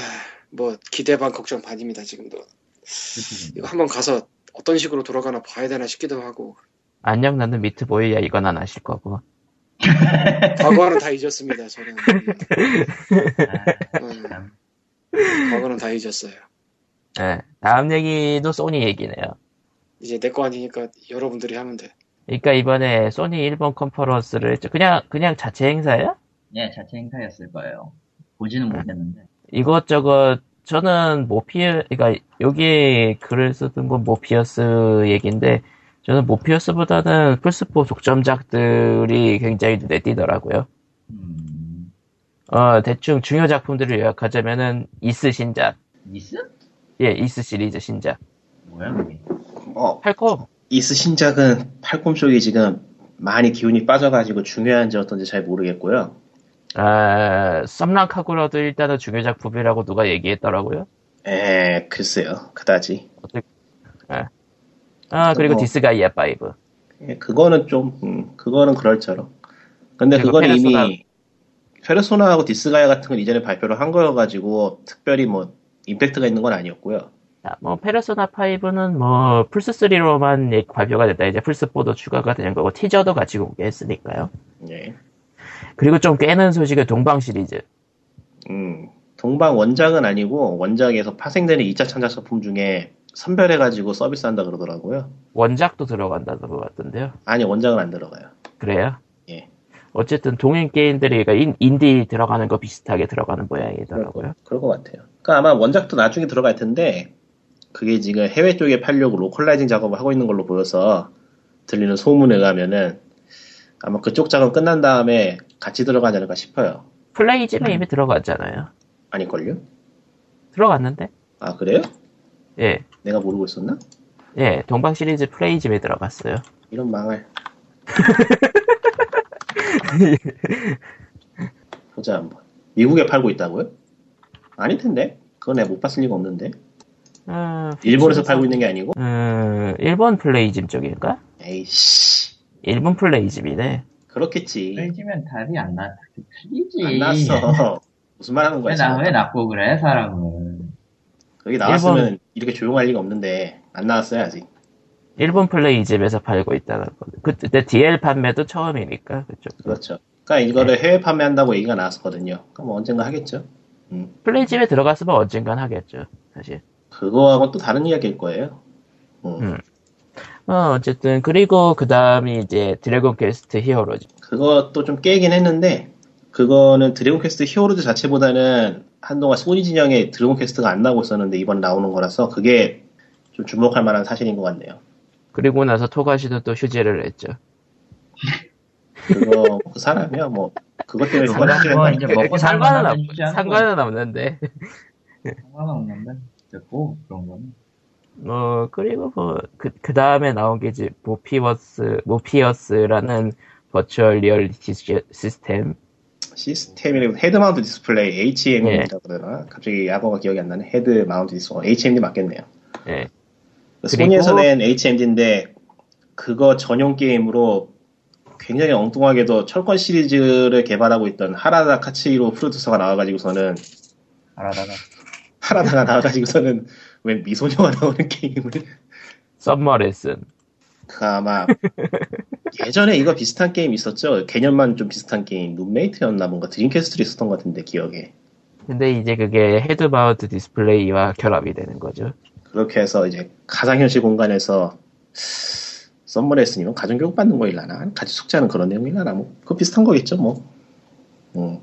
D: 뭐 기대 반 걱정 반입니다 지금도.
B: 그치.
D: 이거 한번 가서 어떤 식으로 돌아가나 봐야 되나 싶기도 하고
A: 안녕 나는 미트 보이야 이건 안 하실 거고.
D: 과거는 다 잊었습니다 저는.
B: 아,
D: 음,
B: 참.
D: 과거는 다 잊었어요.
A: 예. 다음 얘기도 소니 얘기네요.
D: 이제 내 거 아니니까 여러분들이 하면 돼.
A: 그러니까 이번에 소니 일본 컨퍼런스를 했죠. 그냥 그냥 자체 행사예요?
B: 예, 자체 행사였을 거예요. 보지는 못했는데.
A: 이것저것 저는 모피어 그러니까 여기 글을 쓰던 건뭐 모피어스 얘기인데 저는 뭐 모피어스보다는 플스4 독점작들이 굉장히 눈에 띄더라고요.
B: 음,
A: 어 대충 중요 작품들을 요약하자면은 이스 신작,
B: 니스?
A: 예 이스 시리즈 신작,
B: 뭐야 그게?
C: 어,
A: 팔콤
C: 이스 신작은 팔콤 쪽이 지금 많이 기운이 빠져가지고 중요한지 어떤지 잘 모르겠고요.
A: 아 썸랑카구라도 일단은 중요 작품이라고 누가 얘기했더라고요.
C: 에, 글쎄요. 그다지.
A: 아 그리고
C: 어.
A: 디스가이아 5
C: 예, 그거는 좀, 음, 그거는 그럴처럼. 근데
A: 그리고
C: 그건
A: 페르소나.
C: 이미 페르소나하고 디스가이아 같은 건 이전에 발표를 한 거여가지고 특별히 뭐 임팩트가 있는 건 아니었고요.
A: 아, 뭐 페르소나 5는 뭐 플스 3로만 발표가 됐다. 이제 플스 4도 추가가 되는 거고 티저도 같이 공개했으니까요.
C: 예.
A: 그리고 좀 깨는 소식의 동방 시리즈.
C: 음, 동방 원작은 아니고 원작에서 파생되는 2차 창작 소품 중에 선별해가지고 서비스한다 그러더라고요.
A: 원작도 들어간다는 것 같던데요.
C: 아니 원작은 안 들어가요.
A: 그래요?
C: 예.
A: 어쨌든 동행 게임들이 그러니까 인, 인디 들어가는 거 비슷하게 들어가는 모양이더라고요.
C: 그럴 것 같아요. 그러니까 아마 원작도 나중에 들어갈 텐데 그게 지금 해외 쪽에 팔려고 로컬라이징 작업을 하고 있는 걸로 보여서 들리는 소문에 가면은 아마 그쪽 작업 끝난 다음에 같이 들어가지 않을까 싶어요.
A: 플레이즈는
B: 음.
A: 이미 들어갔잖아요.
C: 아닐걸요?
A: 들어갔는데?
C: 아, 그래요?
A: 예.
C: 내가 모르고 있었나?
A: 예, 동방 시리즈 플레이즘에 들어갔어요.
C: 이런 망할. 보자 한번. 미국에 팔고 있다고요? 아닐 텐데. 그건 내가 못 봤을 리가 없는데.
A: 어,
C: 일본에서 팔고 있는 게 아니고.
A: 음, 일본 플레이즘 쪽일까?
C: 에이씨.
A: 일본 플레이즘이네.
C: 그렇겠지.
B: 틀리면 답이 안 나. 틀리지.
C: 안 났어. 무슨 말 하는
B: 음.
C: 거야?
B: 왜, 나,
C: 지금?
B: 왜 낫고 그래, 사람은.
C: 그게 나왔으면
A: 일본-
C: 이렇게 조용할 리가 없는데 안 나왔어요 아직.
A: 일본 플레이집에서 팔고 있다는 거. 그때 DL 판매도 처음이니까 그쪽.
C: 그렇죠. 그러니까 이거를 해외 판매한다고 얘기가 나왔었거든요. 그럼 뭐 언젠가 하겠죠. 음.
A: 플레이집에 들어갔으면 언젠간 하겠죠. 사실.
C: 그거하고 또 다른 이야기일 거예요. 음.
A: 음. 어, 어쨌든 그리고 그 다음이 이제 드래곤 퀘스트 히어로즈.
C: 그것도 좀 깨긴 했는데 그거는 드래곤 퀘스트 히어로즈 자체보다는 한동안 소니 진영의 드래곤 퀘스트가 안 나오고 있었는데 이번에 나오는 거라서 그게 좀 주목할 만한 사실인 것 같네요.
A: 그리고 나서 토가시도 또 휴지를 냈죠.
C: 그거 그 사람이야 뭐 그것 때문에 그걸
B: 상관-
C: 하게
B: 뭐
C: 된다.
B: 이제 먹고 사는
A: 상관은
B: 거는
A: 없
B: 휴지 하는
A: 상관은 없는데.
B: 상관없는데. 됐고, 그런 건.
A: 뭐 그리고 뭐그그 다음에 나온 게 이제 모피워스 모피어스라는 버추얼 리얼리티 시- 시스템.
C: 시스템이라고 헤드 마운트 디스플레이 HMD라고
A: 예.
C: 그러나 갑자기 약어가 기억이 안 나네. 헤드 마운트 디스플레이 어, HMD 맞겠네요. 그
A: 예.
C: 소니에서
A: 그리고-
C: 낸 HMD인데 그거 전용 게임으로 굉장히 엉뚱하게도 철권 시리즈를 개발하고 있던 하라다 카츠이로 프로듀서가 나와가지고서는
B: 알아다가.
C: 하라다가 나와가지고서는 웬 미소녀가 나오는 게임을
A: 썸머 레슨.
C: 그 아마 예전에 이거 비슷한 게임 있었죠 개념만 좀 비슷한 게임 룸메이트였나 뭔가 드림캐스트로 있었던 것 같은데 기억에
A: 근데 이제 그게 헤드 마운트 디스플레이와 결합이 되는 거죠.
C: 그렇게 해서 이제 가상현실 공간에서 썸머레스님은 가정교육 받는 거일라나 같이 숙제하는 그런 내용일라나 뭐 그거 비슷한 거겠죠 뭐 음.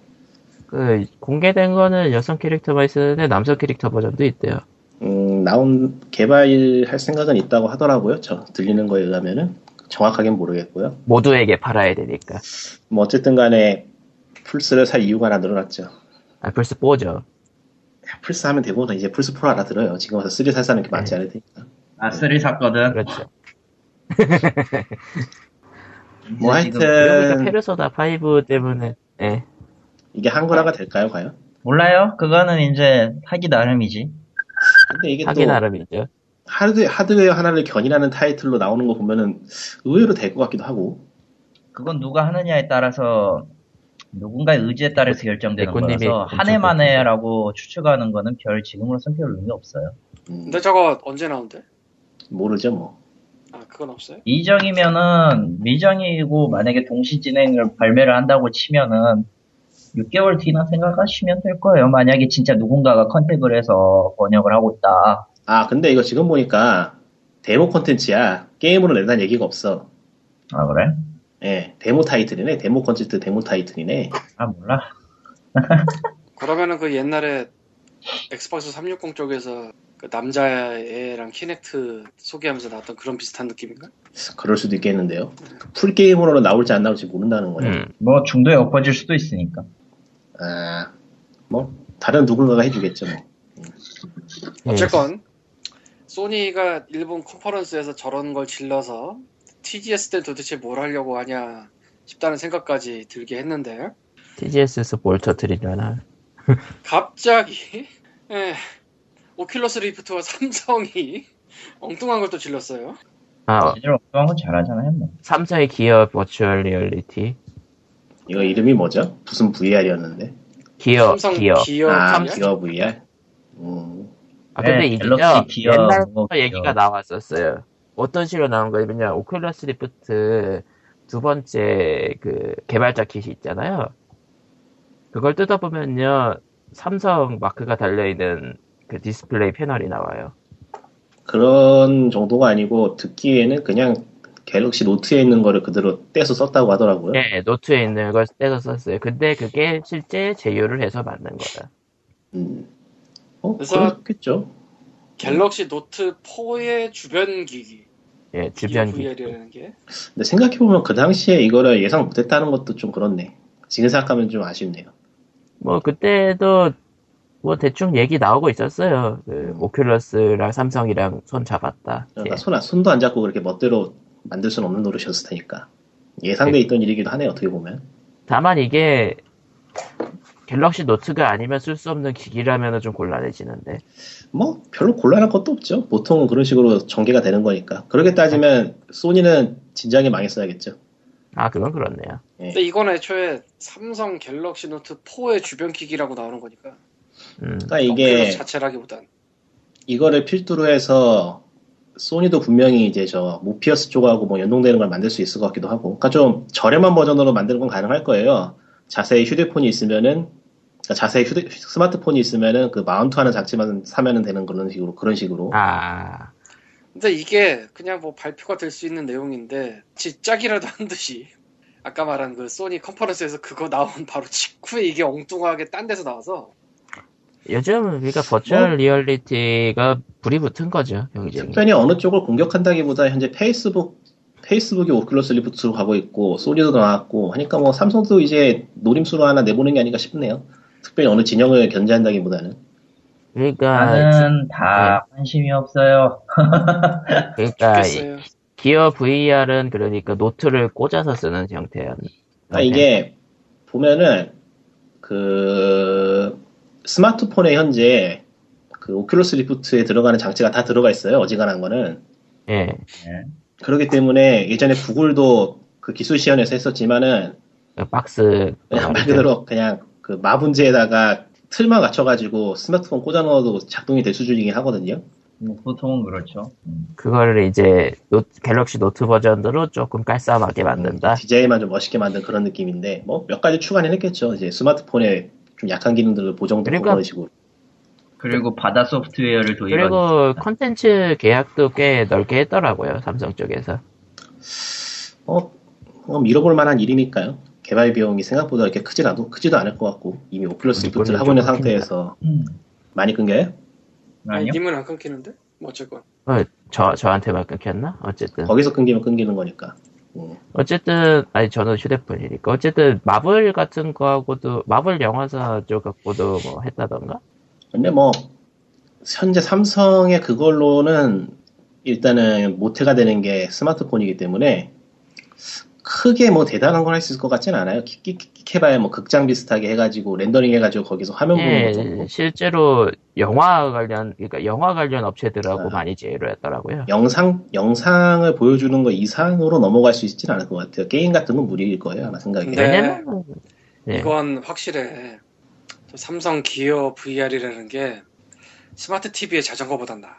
A: 그 공개된 거는 여성 캐릭터만 있었는데 남성 캐릭터 버전도 있대요.
C: 음, 나온 개발할 생각은 있다고 하더라고요. 저 들리는 거에 의하면은 정확하게는 모르겠고요.
A: 모두에게 팔아야 되니까.
C: 뭐 어쨌든 간에 플스를 살 이유가 하나 늘어났죠.
A: 아 플스 4죠.
C: 야, 플스 하면 되고는 이제 플스 프로 알아들어요. 지금 와서 3살 사는 게 많지 않을 테니까.
B: 아, 쓰리 샀거든.
A: 그렇죠.
C: 뭐
B: 이제 지금
A: 그러니까
C: 하여튼
A: 페르소나 5 때문에 예.
C: 이게 한글화가 될까요, 과연?
B: 몰라요? 그거는 이제 하기 나름이지.
C: 근데 이게
A: 하기
C: 또
A: 나름이죠.
C: 하드, 하드웨어 하나를 견인하는 타이틀로 나오는 거 보면은 의외로 될 것 같기도 하고.
B: 그건 누가 하느냐에 따라서 누군가의 의지에 따라서 결정되는
A: 백군님이
B: 거라서
A: 엄청
B: 한 해만 해라고 추측하는 거는 별 지금으로선 별 의미 없어요.
C: 음,
D: 근데 저거 언제 나온대?
C: 모르죠, 뭐.
D: 아 그건 없어요?
B: 미정이면은 미정이고 만약에 동시 진행을 발매를 한다고 치면은 6개월 뒤나 생각하시면 될 거예요. 만약에 진짜 누군가가 컨택을 해서 번역을 하고 있다.
C: 아, 근데 이거 지금 보니까 데모 콘텐츠야. 게임으로 낸다는 얘기가 없어.
B: 아 그래?
C: 예, 데모 타이틀이네. 데모 콘텐츠 데모 타이틀이네.
B: 아 몰라.
D: 그러면은 그 옛날에 엑스박스 360 쪽에서 그 남자애랑 키넥트 소개하면서 나왔던 그런 비슷한 느낌인가?
C: 그럴 수도 있겠는데요. 풀 게임으로는 나올지 안 나올지 모른다는 거예요.
A: 음.
B: 뭐 중도에 엎어질 수도 있으니까.
C: 아, 뭐 다른 누군가가 해주겠죠. 뭐.
A: 예.
D: 어쨌건 소니가 일본 컨퍼런스에서 저런 걸 질러서 TGS 때 도대체 뭘 하려고 하냐 싶다는 생각까지 들게 했는데
A: TGS에서 뭘 터트리려나.
D: 갑자기 에, 오큘러스 리프트와 삼성이 엉뚱한 걸 또 질렀어요.
A: 아
B: 제대로 엉뚱한 건 잘하잖아요. 뭐.
A: 삼성의 기어 버추얼 리얼리티.
C: 이거 이름이 뭐죠? 무슨 VR이었는데?
A: 기어
D: 삼성
A: 기어.
D: 기어
C: 아,
D: 아니야?
C: 기어 VR. 음,
A: 아 근데
B: 네,
A: 이게요
B: 갤럭시 기어,
A: 옛날부터
B: 뭐 기어.
A: 얘기가 나왔었어요. 어떤 식으로 나온 거냐면 오큘러스 리프트 두 번째 그 개발자 킷이 있잖아요. 그걸 뜯어보면요 삼성 마크가 달려있는 그 디스플레이 패널이 나와요.
C: 그런 정도가 아니고 듣기에는 그냥 갤럭시 노트에 있는 거를 그대로 떼서 썼다고 하더라고요.
A: 네 노트에 있는 걸 떼서 썼어요. 근데 그게 실제 제휴를 해서 만든 거다.
C: 음. 어,
D: 그래서-
C: 그렇겠죠.
D: 갤럭시 노트 4의 주변 기기.
A: 예, 주변 기
D: VR이라는 게.
C: 근데 생각해보면 그 당시에 이거를 예상 못했다는 것도 좀 그렇네. 지금 생각하면 좀 아쉽네요.
A: 뭐 그때도 뭐 대충 얘기 나오고 있었어요. 그 오큘러스랑 삼성이랑 손 잡았다.
B: 네,
A: 예.
C: 그러니까 손, 안- 손도 안 잡고 그렇게 멋대로 만들 수는 없는 노릇이었을 테니까. 예상돼 있던 일이기도 하네요, 어떻게 보면.
A: 다만 이게 갤럭시 노트가 아니면 쓸 수 없는 기기라면 좀 곤란해지는데.
C: 뭐, 별로 곤란할 것도 없죠. 보통은 그런 식으로 전개가 되는 거니까. 그렇게 따지면, 소니는 진작에 망했어야겠죠.
A: 아 그건 그렇네요.
D: 근데 이건 애초에 삼성 갤럭시 노트 4의 주변 기기라고 나오는 거니까.
A: 음,
C: 그러니까 이게,
D: 어, 자체라기보단.
C: 이거를 필두로 해서, 소니도 분명히 이제 저, 모피어스 쪽하고 뭐 연동되는 걸 만들 수 있을 것 같기도 하고. 그러니까 좀 저렴한 버전으로 만드는 건 가능할 거예요. 자세히 휴대폰이 있으면은, 그러니까 자세히 휴대, 스마트폰이 있으면은 그 마운트하는 장치만 사면은 되는 그런 식으로, 그런 식으로.
A: 아
D: 근데 이게 그냥 뭐 발표가 될 수 있는 내용인데 진짜기라도 한 듯이 아까 말한 그 소니 컨퍼런스에서 그거 나온 바로 직후에 이게 엉뚱하게 딴 데서 나와서
A: 요즘 그러니까 버추얼 리얼리티가 불이 붙은 거죠 경쟁이.
C: 특별히 어느 쪽을 공격한다기보다 현재 페이스북 페이스북이 오큘러스 리프트로 가고 있고 소니도 나왔고 하니까 뭐 삼성도 이제 노림수로 하나 내보는 게 아닌가 싶네요. 특별히 어느 진영을 견제한다기보다는
A: 그러니까
B: 나는 다 관심이 없어요.
A: 그러니까
D: 좋겠어요.
A: 기어 VR은 그러니까 노트를 꽂아서 쓰는 형태였.
C: 그러니까 이게 보면은 그 스마트폰에 현재 그 오큘러스 리프트에 들어가는 장치가 다 들어가 있어요. 어지간한 거는
A: 예.
C: 그렇기 때문에 예전에 구글도 그 기술 시연에서 했었지만은
A: 그 박스
C: 네,
A: 네.
C: 그냥 말 그대로 그냥 그 마분지에다가 틀만 갖춰가지고 스마트폰 꽂아 넣어도 작동이 될 수준이긴 하거든요.
B: 뭐 보통은 그렇죠. 음.
A: 그거를 이제 노- 갤럭시 노트 버전으로 조금 깔쌈하게 만든다.
C: 디자인만 좀 멋있게 만든 그런 느낌인데 뭐 몇 가지 추가는 했겠죠. 이제 스마트폰에 좀 약한 기능들을 보정도 그
A: 그러니까-
C: 런 식으로.
B: 그리고 바다 소프트웨어를 도입한
A: 그리고 컨텐츠 계약도 꽤 넓게 했더라고요 삼성 쪽에서.
C: 어, 그럼 잃어볼 만한 일이니까요. 개발 비용이 생각보다 이렇게 크지 않도 크지도 않을 것 같고 이미 오플러스
A: 우리
C: 리프트를
A: 거는
C: 하고 있는
A: 좀 끊긴다.
C: 상태에서
B: 음.
C: 많이 끊겨요?
D: 아니,
B: 아니요.
A: 네.
D: 님은 안 끊기는데? 뭐 어쨌건
A: 어, 저 저한테만 끊겼나? 어쨌든
C: 거기서 끊기면 끊기는 거니까. 음.
A: 어쨌든 아니 저는 휴대폰이니까 어쨌든 마블 같은 거하고도 마블 영화사 쪽 갖고도 뭐 했다던가.
C: 근데 뭐 현재 삼성의 그걸로는 일단은 모태가 되는 게 스마트폰이기 때문에 크게 뭐 대단한 걸 할 수 있을 것 같진 않아요. 킥킥해봐야 뭐 극장 비슷하게 해가지고 렌더링 해가지고 거기서 화면 보는
A: 예,
C: 것 정도.
A: 실제로 영화 관련 그러니까 영화 관련 업체들하고
C: 아.
A: 많이 제휴를 했더라고요.
C: 영상 영상을 보여주는 거 이상으로 넘어갈 수 있지는 않을 것 같아요. 게임 같은 건 무리일 거예요, 아마 생각에.
D: 네.
A: 왜냐면 예,
D: 이건 확실해. 저 삼성 기어 VR이라는 게 스마트 TV의 자전거보단 나.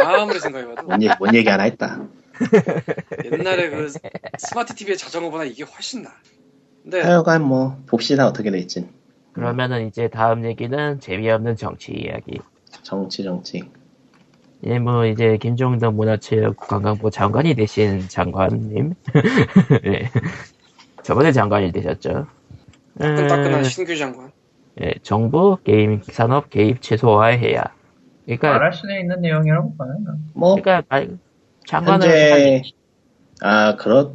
D: 아무리 생각해봐도
C: 뭔, 얘기, 뭔 얘기 하나 했다.
D: 옛날에 그 스마트 TV의 자전거보다 이게 훨씬 나.
A: 네.
D: 근데
C: 하여간 뭐 봅시다 어떻게 될진.
A: 그러면은 이제 다음 얘기는 재미없는 정치 이야기.
C: 정치 정치.
A: 예, 뭐 이제 김종덕 문화체육관광부 장관이 되신 장관님, 예. 저번에 장관이 되셨죠. 음,
D: 따끈따끈한 신규 장관.
A: 예, 정부 게임 산업 개입 최소화해야. 그러니까
B: 말할 수 있는 내용이라고 봐요.
C: 뭐
A: 그러니까 말- 장관은
C: 현재 아 그렇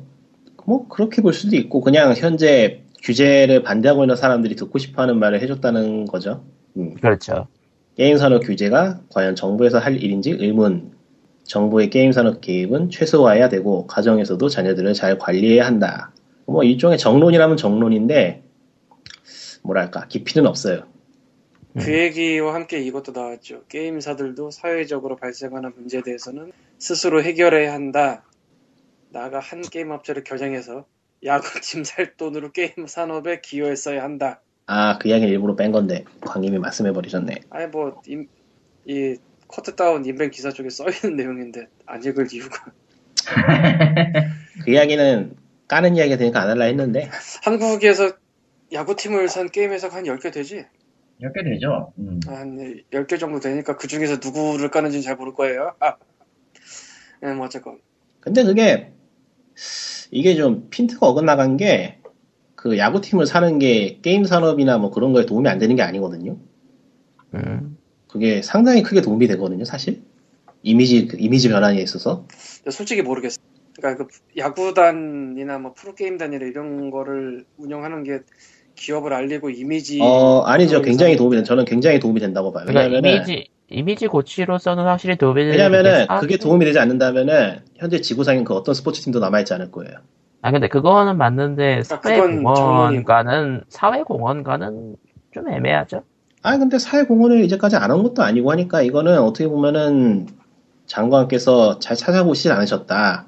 C: 뭐 그렇게 볼 수도 있고 그냥 현재 규제를 반대하고 있는 사람들이 듣고 싶어하는 말을 해줬다는 거죠. 음.
A: 그렇죠.
C: 게임 산업 규제가 과연 정부에서 할 일인지 의문. 정부의 게임 산업 개입은 최소화해야 되고 가정에서도 자녀들을 잘 관리해야 한다. 뭐 일종의 정론이라면 정론인데 뭐랄까 깊이는 없어요.
D: 그 얘기와 함께 이것도 나왔죠. 게임사들도 사회적으로 발생하는 문제에 대해서는 스스로 해결해야 한다. 나가 한 게임 업체를 겨냥해서 야구팀 살 돈으로 게임 산업에 기여했어야 한다.
C: 아 그 이야기를 일부러 뺀 건데 광님이 말씀해 버리셨네.
D: 아니 뭐 이 커트 다운 인벤 기사 쪽에 써 있는 내용인데 안 읽을 이유가
C: 그 이야기는 까는 이야기가 되니까 안 할라 했는데
D: 한국에서 야구팀을 산 게임 회사가 한 10개 되지?
B: 이렇게 되죠. 음.
D: 한 10개 정도 되니까 그 중에서 누구를 까는지는 잘 모를 거예요. 아. 네, 뭐 어쨌건
C: 근데 그게 이게 좀 핀트가 어긋나간 게 그 야구팀을 사는 게 게임 산업이나 뭐 그런 거에 도움이 안 되는 게 아니거든요.
A: 음,
C: 그게 상당히 크게 도움이 되거든요, 사실. 이미지, 그 이미지 변환에 있어서.
D: 근데 솔직히 모르겠어요. 그러니까 그 야구단이나 뭐 프로게임단이나 이런 거를 운영하는 게 기업을 알리고 이미지
C: 어, 아니죠.
D: 그런
C: 굉장히
D: 이상-
C: 도움이 된, 저는 굉장히 도움이 된다고 봐요.
A: 그러니까
C: 왜냐면은, 네.
A: 이미지 이미지 고치로서는 확실히 도움이 되는
C: 왜냐면은,
A: 아,
C: 그게 도움이 되지 않는다면은, 현재 지구상인 그 어떤 스포츠팀도 남아있지 않을 거예요.
A: 아 근데 그거는 맞는데
D: 아, 그건
A: 사회공헌과는 사회공헌과는 좀 애매하죠.
C: 아 근데 사회공헌을 이제까지 안 한 것도 아니고 하니까 이거는 어떻게 보면은 장관께서 잘 찾아보시지 않으셨다.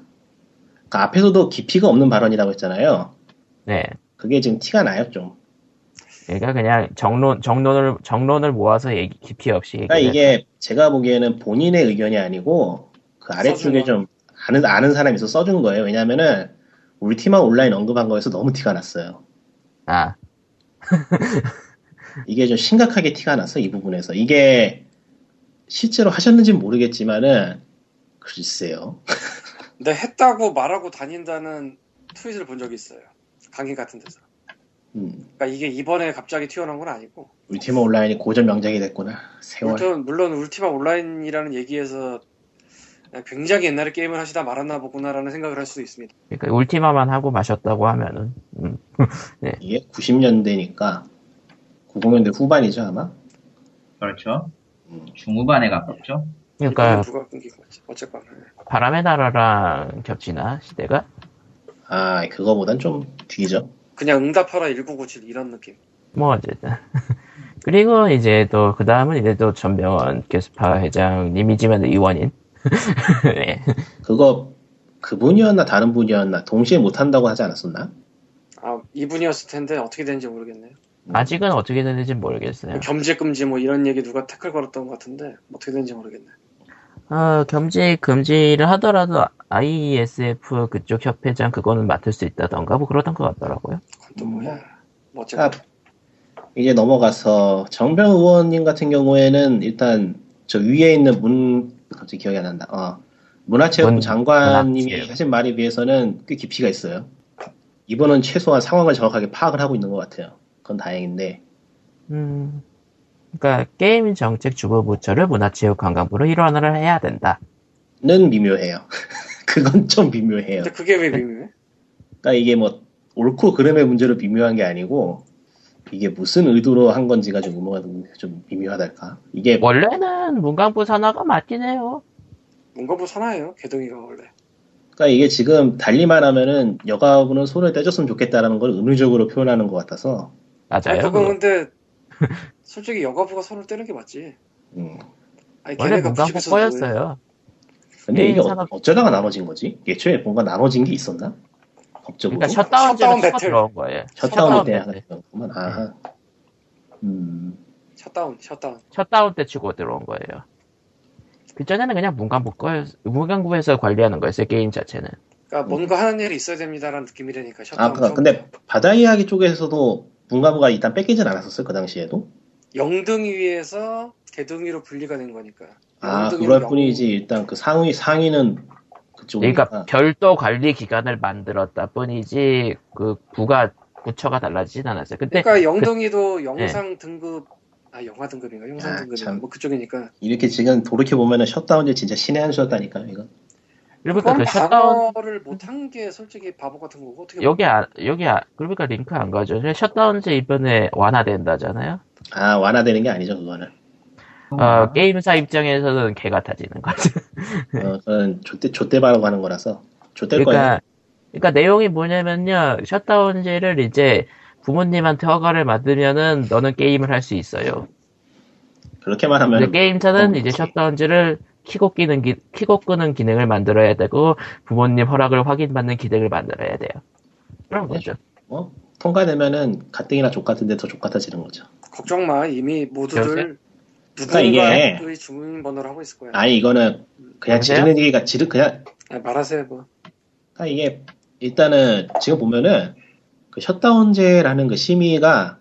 C: 그러니까 앞에서도 깊이가 없는 발언이라고 했잖아요.
A: 네.
C: 그게 지금 티가 나요 좀.
A: 그러니까 그냥 정론 정론을 정론을 모아서 얘기 깊이 없이 얘기.
C: 그러니까
D: 네.
C: 이게 제가 보기에는 본인의 의견이 아니고 그 아래쪽에
D: 써준
C: 좀 아는 아는 사람이 있어 써준 거예요. 왜냐면은 우리 팀만 온라인 언급한 거에서 너무 티가 났어요.
A: 아
C: 이게 좀 심각하게 티가 났어 이 부분에서 이게 실제로 하셨는지는 모르겠지만은 글쎄요.
D: 근데 했다고 말하고 다닌다는 트윗을 본 적이 있어요. 강의 같은 데서.
C: 음,
D: 그러니까 이게 이번에 갑자기 튀어나온 건 아니고
C: 우리 팀만 온라인이 고전 명작이 됐구나. 세월.
D: 물론, 물론 울티마 온라인이라는 얘기에서 그냥 굉장히 옛날에 게임을 하시다 말았나 보구나라는 생각을 할 수도 있습니다.
A: 그러니까 울티마만 하고 마셨다고 하면은 음.
C: 이게 90년대니까 90년대 후반이죠 아마.
B: 그렇죠. 중후반에 가깝죠.
A: 그러니까
D: 이거는 누가 끊긴 거지? 어쨌거나
A: 바람의 나라랑 겹치나 시대가
C: 아 그거보단 좀 뒤죠.
D: 그냥 응답하라 1997 이런 느낌.
A: 뭐 어쨌든 그리고 이제 또 그 다음은 이제 또 전병원 게스파 회장님이지만 의원인 네.
C: 그거 그분이었나 다른 분이었나 동시에 못한다고 하지 않았었나?
D: 아 이분이었을 텐데 어떻게 되는지 모르겠네요.
A: 아직은 어떻게 되는지 모르겠어요.
D: 겸재 금지 뭐 이런 얘기 누가 태클 걸었던 것 같은데 어떻게 되는지 모르겠네.
A: 아, 겸직 금지를 하더라도 IESF 그쪽 협회장 그거는 맡을 수 있다던가 뭐 그러던 것 같더라고요.
D: 그건 또 뭐야? 뭐
C: 자,
D: 어쨌든
C: 이제 넘어가서 정병 의원님 같은 경우에는 일단 저 위에 있는 문 갑자기 기억이 안 난다. 어, 문화체육부
A: 문-
C: 장관님이
A: 문화체육.
C: 하신 말에 비해서는 꽤 깊이가 있어요. 이번은 최소한 상황을 정확하게 파악을 하고 있는 것 같아요. 그건 다행인데.
A: 음, 그러니까 게임 정책 주부부처를 문화체육관광부로 일원을 해야 된다.
C: 는 미묘해요. 그건 좀 미묘해요.
D: 근데 그게
A: 네.
D: 왜 미묘해?
C: 그러니까 이게 뭐 옳고 그름의 문제로 미묘한 게 아니고 이게 무슨 의도로 한 건지가 좀 의무가 좀 미묘하달까. 이게
A: 원래는 문광부 산하가 맞긴 해요.
D: 뭔가 뭐 사나예요? 개동이가 원래.
C: 그러니까 이게 지금 달리 말하면은 여가부는 손을 떼줬으면 좋겠다라는 걸 의무적으로 표현하는 것 같아서
D: 아니,
A: 맞아요.
D: 그건 근데 솔직히 여가부가 손을 떼는 게 맞지.
C: 음.
D: 아니
A: 원래
D: 걔네가
A: 문광부
D: 부식에서
A: 거였어요.
C: 근데
A: 네,
C: 이게 어-
A: 산업-
C: 어쩌다가 나눠진 거지? 예초에 뭔가 나눠진 게 있었나? 법적으로
A: 그러니까
D: 뭐
A: 셧다운제가
D: 셧다운
A: 추가
D: 배틀.
A: 들어온 거예요.
C: 셧다운 때
A: 배틀.
C: 하나였구만 아
A: 네.
C: 음.
D: 셧다운, 셧다운.
A: 셧다운 때 치고 들어온 거예요. 그전에는 그냥 문광부 거였, 문광부에서 관리하는 거였어요, 게임 자체는.
D: 그러니까 뭔가 하는 일이 있어야 됩니다라는 느낌이라니까 셧다운.
C: 아 그러니까
D: 처음부터.
C: 근데 바다 이야기 쪽에서도 문가부가 일단 뺏기진 않았었어요 그 당시에도
D: 영등위에서 개등위로 분리가 된 거니까.
C: 아
D: 영등위로
C: 그럴
D: 영-
C: 뿐이지 일단 그 상위 상위는 그쪽이니까 아,
A: 그러니까 별도 관리 기관을 만들었다 뿐이지 그 부가 부처가 달라지진 않았어요. 근데
D: 그러니까 영등위도
A: 네.
D: 영상 등급 아 영화 등급인가 영상
C: 아,
D: 등급인가
C: 참.
D: 뭐 그쪽이니까
C: 이렇게 지금 돌이켜 보면은 셧다운제 진짜 신의 한 수였다니까요 이거
A: 그러니까
D: 그건
A: 그 셧다운
D: 방어를 못한 게 솔직히 바보 같은 거고 어떻게
A: 여기 아, 여기 아, 그러니까 링크 안 가죠. 그냥 셧다운제 이번에 완화된다잖아요.
C: 아 완화되는 게 아니죠 그거는
A: 어, 게임사 입장에서는 개 같아지는 거죠.
C: 어, 그건 좆대 좆대바라고 하는 거라서 좆될 거예요
A: 네. 그러니까 그러니까 내용이 뭐냐면요. 셧다운제를 이제 부모님한테 허가를 받으면은 너는 게임을 할 수 있어요.
C: 그렇게
A: 근데
C: 말하면
A: 게임사는
C: 어,
A: 이제 셧다운지를 키고 끼는 기, 키고 끄는 기능을 만들어야 되고 부모님 허락을 확인받는 기능을 만들어야 돼요. 그런 거죠.
C: 뭐 통과되면은 가뜩이나 족 같은데 더 족 같아지는 거죠.
D: 걱정 마 이미 모두들
C: 그러니까 이게-
D: 누군가의 주민번호를 하고 있을 거야.
C: 아니 이거는 그냥
A: 여보세요?
C: 지르는 얘기가 지르 그냥
D: 아, 말하세요 뭐.
C: 그러니까 이게 일단은 지금 보면은 그 셧다운제라는 그 심의가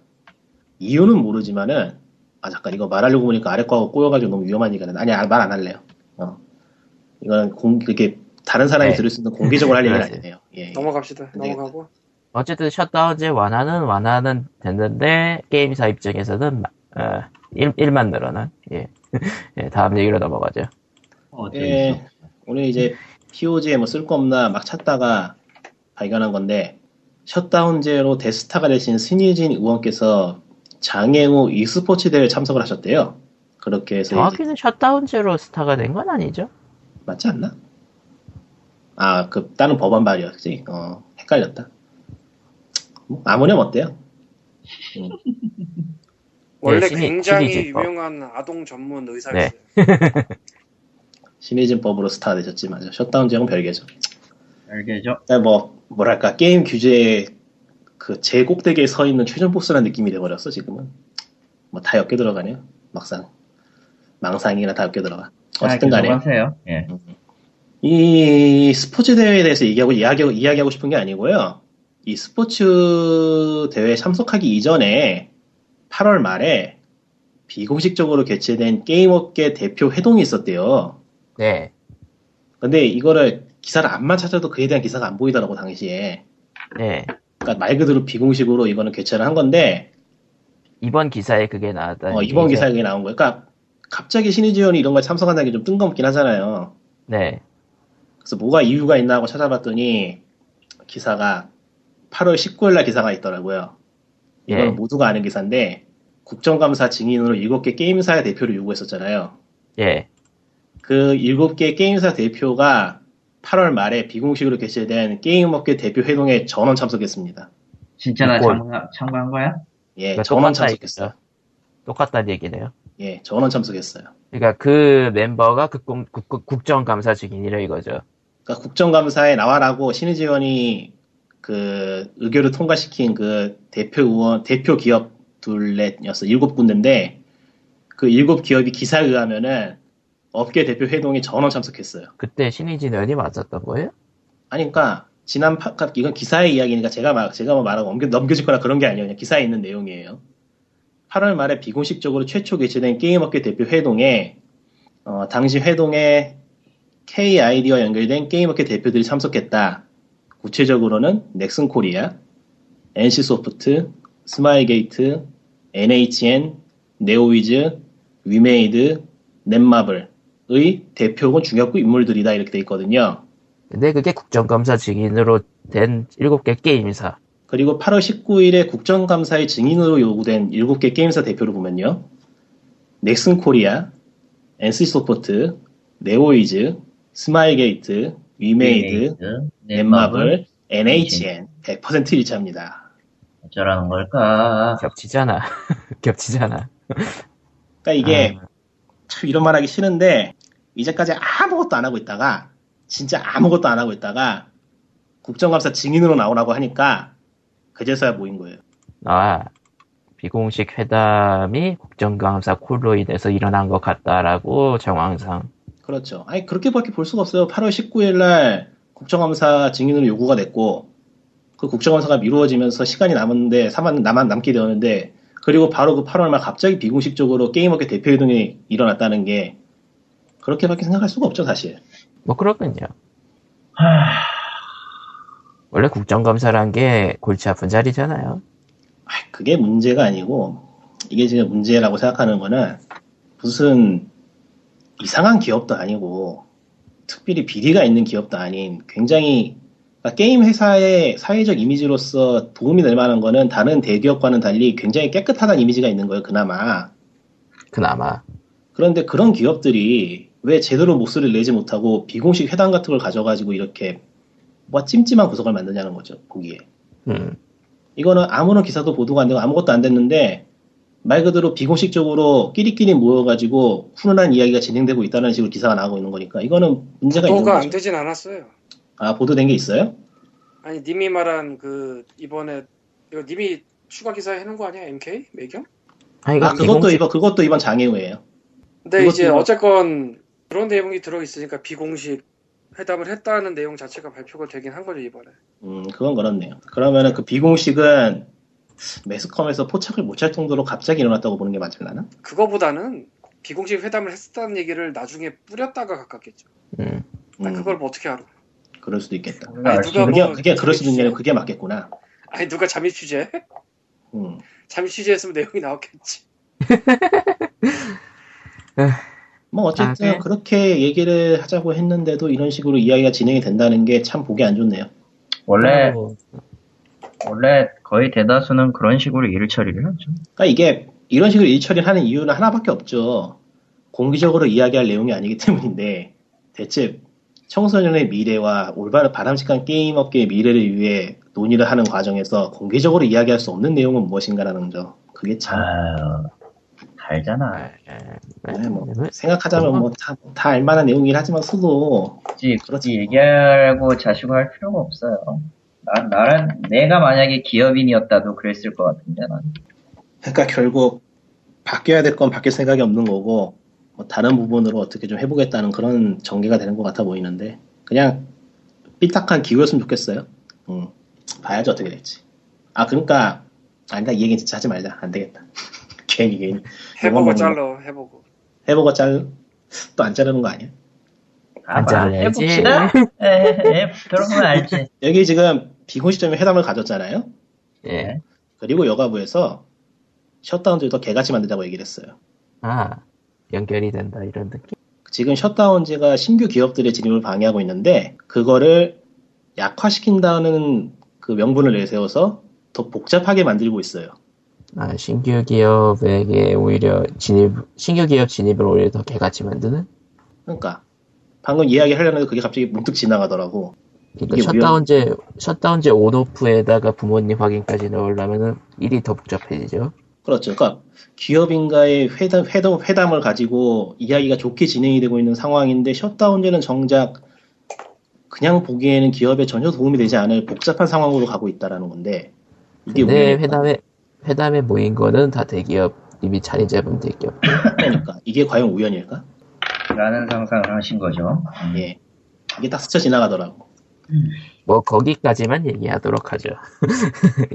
C: 이유는 모르지만은 아 잠깐 이거 말하려고 보니까 아래 거하고 꼬여가지고 너무 위험한 얘기가 나. 아니 말 안 할래요. 어 이거는 공 그게 다른 사람이
A: 네.
C: 들을 수 있는 공개적으로 할 얘기는
A: 알았어요.
C: 아니네요. 예. 예.
D: 넘어갑시다.
C: 근데-
D: 넘어가고
A: 네, 어쨌든 셧다운제 완화는 완화는 됐는데 게임사 입장에서는 마- 어, 일, 일만 늘어난 예. 예, 다음 얘기로 넘어가죠.
B: 어디
C: 예, 오늘 이제 POG에 뭐 쓸 거 없나 막 찾다가 발견한 건데 셧다운제로 데스타가 되신 신희진 의원께서 장애우 e스포츠 대회 참석을 하셨대요. 그렇게 해서 이제-
A: 정확히는 셧다운제로 스타가 된 건 아니죠?
C: 맞지 않나? 아, 그 다른 법안 발의였지. 어, 헷갈렸다. 뭐, 아무렴 어때요?
A: 네,
D: 원래
A: 신이-
D: 굉장히
A: 신이지, 뭐. 네.
D: 유명한 아동 전문 의사였어요.
C: 신의진 법으로 스타가 되셨지 맞아. 셧다운제는 별개죠.
B: 알겠죠?
C: 그러니까 뭐 뭐랄까 게임 규제 그 제곡대기에 서 있는 최종 보스라는 느낌이 돼버렸어 지금은. 뭐 다 엮여 들어가네요. 막상 망상이나 다 엮여 들어가. 어쨌든
B: 아,
C: 간에
B: 계속 하세요. 예.
C: 이 스포츠 대회에 대해서 얘기하고 이야기하고, 이야기하고 싶은 게 아니고요. 이 스포츠 대회에 참석하기 이전에 8월 말에 비공식적으로 개최된 게임업계 대표 회동이 있었대요.
A: 네.
C: 근데 이거를 기사를 안만 찾아도 그에 대한 기사가 안 보이더라고 당시에.
A: 네.
C: 그러니까 말 그대로 비공식으로 이거는 개최를 한 건데
A: 이번 기사에 그게 나왔다.
C: 어, 이번 기사에 그게 나온 거예요. 그러니까 갑자기 신의지원이 이런 거에 참석한다는 게 좀 뜬금없긴 하잖아요.
A: 네.
C: 그래서 뭐가 이유가 있나 하고 찾아봤더니 기사가 8월 19일 날 기사가 있더라고요. 이건
A: 예.
C: 모두가 아는 기사인데 국정감사 증인으로 7개 게임사의 대표를 요구했었잖아요.
A: 예.
C: 그 7개 게임사 대표가 8월 말에 비공식으로 개최된 게임업계 대표 회동에 전원 참석했습니다.
B: 진짜 나
A: 네, 골.
B: 참가, 참가한 거야?
C: 예,
A: 그러니까
C: 전원
A: 똑같다
C: 참석했어요.
A: 똑같다는 얘기네요.
C: 예, 전원 참석했어요.
A: 그러니까 그 멤버가 국공, 국, 국정감사 중인이라 이거죠.
C: 그러니까 국정감사에 나와라고 신의지원이 그 의결을 통과시킨 그 대표 의원, 대표 기업 둘넷이었어 일곱 군데인데 그 일곱 기업이 기사에 의하면은 업계 대표 회동에 전원 참석했어요.
A: 그때 신의진 의원이 맞았던 거예요?
C: 아니 그러니까 지난 파, 그러니까 이건 기사의 이야기니까 제가 말, 제가 뭐 말하고 넘겨, 넘겨질 거나 그런 게 아니에요. 그냥 기사에 있는 내용이에요. 8월 말에 비공식적으로 최초 개최된 게임업계 대표 회동에 어, 당시 회동에 KID와 연결된 게임업계 대표들이 참석했다. 구체적으로는 넥슨 코리아, NC소프트, 스마일게이트, NHN, 네오위즈, 위메이드, 넷마블의 대표 혹은 중역구 인물들이다 이렇게 돼 있거든요.
A: 근데 그게 국정감사 증인으로 된 7개 게임사.
C: 그리고 8월 19일에 국정감사의 증인으로 요구된 7개 게임사 대표를 보면요. 넥슨 코리아, NC 소프트, 네오이즈, 스마일게이트,
B: 네,
C: 위메이드, 넷마블, NHN 100% 일치합니다.
B: 어쩌라는 걸까?
A: 겹치잖아. 겹치잖아.
C: 그러니까 이게 참 이런 말하기 싫은데 이제까지 아무것도 안 하고 있다가 진짜 아무것도 안 하고 있다가 국정감사 증인으로 나오라고 하니까 그제서야 모인 거예요.
A: 아, 비공식 회담이 국정감사 콜로 인해서 일어난 것 같다라고 정황상.
C: 그렇죠. 아니 그렇게밖에 볼 수가 없어요. 8월 19일 날 국정감사 증인으로 요구가 됐고 그 국정감사가 미루어지면서 시간이 남았는데 3만 남만 남게 되었는데 그리고 바로 그 8월 말 갑자기 비공식적으로 게임업계 대표회동이 일어났다는 게 그렇게밖에 생각할 수가 없죠 사실.
A: 뭐 그렇군요. 원래 국정감사란 게 골치 아픈 자리잖아요.
C: 아, 그게 문제가 아니고 이게 지금 문제라고 생각하는 거는 무슨 이상한 기업도 아니고 특별히 비리가 있는 기업도 아닌 굉장히 그러니까 게임 회사의 사회적 이미지로서 도움이 될 만한 거는 다른 대기업과는 달리 굉장히 깨끗하다는 이미지가 있는 거예요 그나마
A: 그나마.
C: 그런데 그런 기업들이 왜 제대로 목소리를 내지 못하고 비공식 회담 같은 걸 가져가지고 이렇게 뭐 찜찜한 구석을 만드냐는 거죠 거기에
A: 음.
C: 이거는 아무런 기사도 보도가 안 되고 아무것도 안 됐는데 말 그대로 비공식적으로 끼리끼리 모여가지고 훈훈한 이야기가 진행되고 있다는 식으로 기사가 나오고 있는 거니까 이거는 문제가 있는
D: 보도가
C: 거죠.
D: 안 되진 않았어요.
C: 아 보도된 게 있어요?
D: 아니 님이 말한 그 이번에 이거 님이 추가 기사에 해놓은 거 아니야 MK 매경?
A: 아니,
C: 아
A: 그러니까
C: 그것도
A: 비공식-
C: 이번 그것도 이번 장애우예요.
D: 근데
C: 그것도
D: 이제
C: 뭐-
D: 어쨌건 그런 내용이 들어 있으니까 비공식 회담을 했다는 내용 자체가 발표가 되긴 한 거죠 이번에.
C: 음 그건 그렇네요. 그러면은 그 비공식은 매스컴에서 포착을 못 할 정도로 갑자기 일어났다고 보는 게 맞을라나?
D: 그거보다는 비공식 회담을 했었다는 얘기를 나중에 뿌렸다가 가깝겠죠.
A: 음.
D: 난
C: 음,
D: 그걸 뭐 어떻게 알아?
C: 그럴 수도 있겠다.
B: 우리가
D: 아니,
B: 알
D: 누가-
B: 수 있는
C: 그게
D: 뭐-
C: 그게 그럴 수도 있냐 그게 맞겠구나.
D: 아니 누가 잠입 취재?
C: 음.
D: 잠입 취재했으면 내용이 나왔겠지.
C: 뭐 어쨌든
A: 아, 네.
C: 그렇게 얘기를 하자고 했는데도 이런 식으로 이야기가 진행이 된다는 게 참 보기 안 좋네요.
B: 원래
A: 또
B: 원래 거의 대다수는 그런 식으로 일을 처리를 하죠.
C: 그러니까 이게 이런 식으로 일 처리를 하는 이유는 하나밖에 없죠. 공개적으로 이야기할 내용이 아니기 때문인데 대체 청소년의 미래와 올바른 바람직한 게임 업계의 미래를 위해 논의를 하는 과정에서 공개적으로 이야기할 수 없는 내용은 무엇인가라는 점. 그게 참
B: 아 알잖아.
C: 네, 뭐. 생각하자면 뭐 다 알만한 내용이긴 하지만 서도
B: 굳이
C: 그렇죠.
B: 굳이 얘기하고 자시고 할 필요가 없어요. 나 나란 내가 만약에 기업인이었다도 그랬을 것 같은데 난.
C: 그러니까 결국 바뀌어야 될 건 바뀔 생각이 없는 거고 뭐 다른 부분으로 어떻게 좀 해보겠다는 그런 전개가 되는 것 같아 보이는데 그냥 삐딱한 기후였으면 좋겠어요. 음, 봐야지 어떻게 될지. 아 그러니까 아니다 이 얘기 는 진짜 하지 말자 안 되겠다. 괜히 괜히
D: 해보고
C: 먹는
D: 잘라 해보고
C: 해보고 잘또 안 자르는 거 아니야?
A: 안 잘라야지.
B: 해봅시다. 예, 예, 예, 들어보면 알지.
C: 여기 지금 비공식적인 회담을 가졌잖아요.
A: 예.
C: 네. 그리고 여가부에서 셧다운즈를 더 개같이 만들자고 얘기를 했어요.
A: 아 연결이 된다 이런 느낌.
C: 지금 셧다운제가 신규 기업들의 진입을 방해하고 있는데 그거를 약화시킨다는 그 명분을 내세워서 더 복잡하게 만들고 있어요.
A: 아 신규 기업에게 오히려 진입 신규 기업 진입을 오히려 더 개같이 만드는. 그러니까
C: 그러니까 방금 이야기하려는데 그게 갑자기 문득 지나가더라고. 이게
A: 그러니까 셧다운제 셧다운제 온오프에다가 부모님 확인까지 넣으려면은 일이 더 복잡해지죠.
C: 그렇죠. 그러니까 기업인가의 회담, 회담, 회담을 가지고 이야기가 좋게 진행이 되고 있는 상황인데 셧다운제는 정작 그냥 보기에는 기업에 전혀 도움이 되지 않을 복잡한 상황으로 가고 있다라는 건데 이게
A: 근데
C: 우리가-
A: 회담에 회담에 모인 거는 다 대기업 이미 차린 잡은 대기업.
C: 그러니까 이게 과연 우연일까?
B: 라는 상상을 하신 거죠.
C: 예. 이게 딱 스쳐 지나가더라고.
A: 뭐 거기까지만 얘기하도록 하죠.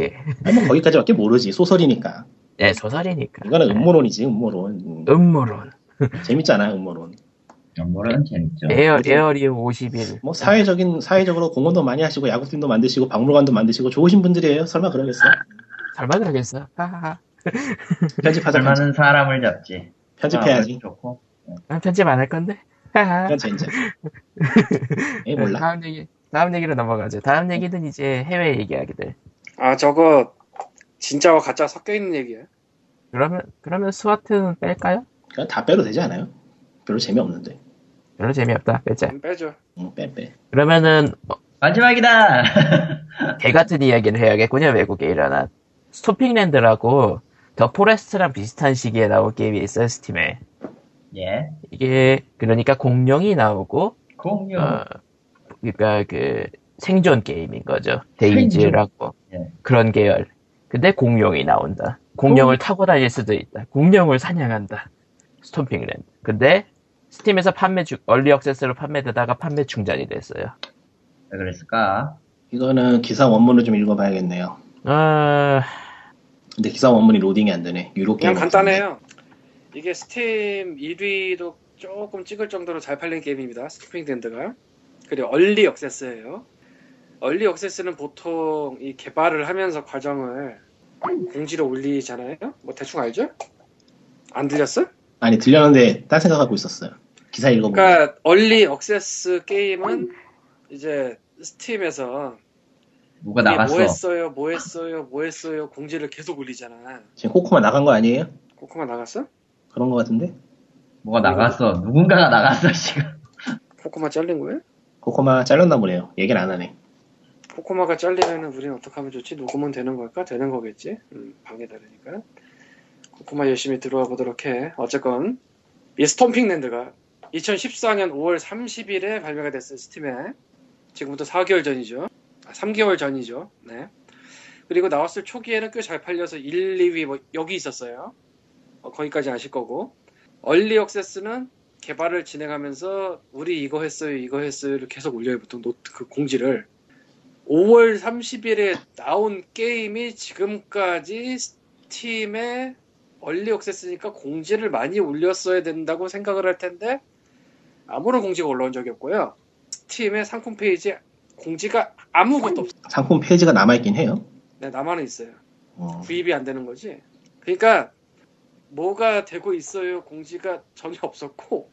A: 예.
C: 아니, 뭐 거기까지밖에 모르지 소설이니까
A: 예, 소설이니까.
D: 네.
C: 이거는 음모론이지 음모론 음,
A: 음모론.
C: 재밌잖아 음모론
B: 연보라는 재밌죠.
C: 네,
A: 에어
C: 그렇죠.
A: 에어리움 51.
C: 뭐 사회적인 사회적으로 공헌도 많이 하시고 야구팀도 만드시고 박물관도 만드시고 좋으신 분들이에요 설마 그러겠어
A: 설마 그러겠어? 하하하.
C: 편집하자 편집.
B: 많은 사람을 잡지. 사람을
C: 편집해야지
B: 좋고.
A: 난 편집 안 할 건데.
D: 아,
A: 하하.
C: 이건 젠장 에 몰라
A: 다음 얘기 다음 얘기로 넘어가죠. 다음 얘기는 이제 해외 얘기하기들.
D: 아 저거 진짜와 가짜 섞여 있는 얘기야.
A: 그러면 그러면 스와트는 뺄까요?
C: 그냥 다 빼도 되지 않아요? 별로 재미없는데
A: 별로 재미없다. 빼자.
D: 안 빼죠.
C: 응, 빼빼
A: 그러면은
B: 마지막이다.
A: 개 같은 이야기를 해야겠군요. 외국에 일어난 스토핑랜드라고 더 포레스트랑 비슷한 시기에 나온 게임이 있어요. 스팀에.
B: 예.
A: 이게 그러니까 공룡이 나오고
B: 공룡.
A: 어, 그러니까 그 생존 게임인 거죠. 데이지라고
B: 예.
A: 그런 계열. 근데 공룡이 나온다. 공룡을 타고 다닐 수도 있다. 공룡을 사냥한다. 스톰핑랜드. 근데 스팀에서 판매 중 얼리 억세스로 판매되다가 판매 중단이 됐어요.
B: 왜 그랬을까?
C: 이거는 기사 원문을 좀 읽어봐야겠네요
A: 어,
C: 근데 기사 원문이 로딩이 안 되네 유로
D: 그냥
C: 게임
D: 간단해요. 이게 스팀 1위도 조금 찍을 정도로 잘 팔린 게임입니다. 스토핑랜드가. 그리고 얼리 억세스예요. 얼리 억세스는 보통 이 개발을 하면서 과정을 공지로 올리잖아요. 뭐 대충 알죠? 안 들렸어?
C: 아니 들렸는데 딴 생각하고 있었어요 기사 읽어보고
D: 그러니까 얼리 억세스 게임은 이제 스팀에서
B: 누가
D: 이게
B: 나갔어.
D: 뭐 했어요? 뭐 했어요? 뭐 했어요? 공지를 계속 올리잖아.
C: 지금 코코마 나간 거 아니에요?
D: 코코마 나갔어?
C: 그런 거 같은데
B: 뭐가 나갔어. 누군가가 나갔어 지금.
D: 코코마 잘린 거예요?
C: 코코마 잘렸나 보네요 얘기를 안 하네
D: 코코마가 잘리면은 우린 어떻게 하면 좋지? 녹음은 되는 걸까? 되는 거겠지? 음, 방해다르니까. 코코마 열심히 들어와 보도록 해. 어쨌건 이 스톰핑랜드가 2014년 5월 30일에 발매가 됐어요. 스팀에. 지금부터 4개월 전이죠. 아, 3개월 전이죠. 네. 그리고 나왔을 초기에는 꽤 잘 팔려서 1, 2위 뭐 여기 있었어요. 어, 거기까지 아실 거고. 얼리 억세스는 개발을 진행하면서 우리 이거 했어요, 이거 했어요를 계속 올려요. 보통 노트 그 공지를. 5월 30일에 나온 게임이 지금까지 스팀에 얼리 억세스니까 공지를 많이 올렸어야 된다고 생각을 할 텐데 아무런 공지가 올라온 적이 없고요. 스팀의 상품 페이지에 공지가 아무것도 없어요.
C: 상품 페이지가 남아있긴 해요.
D: 네, 나만은 있어요.
C: 어.
D: 구입이 안 되는 거지. 그러니까 뭐가 되고 있어요 공지가 전혀 없었고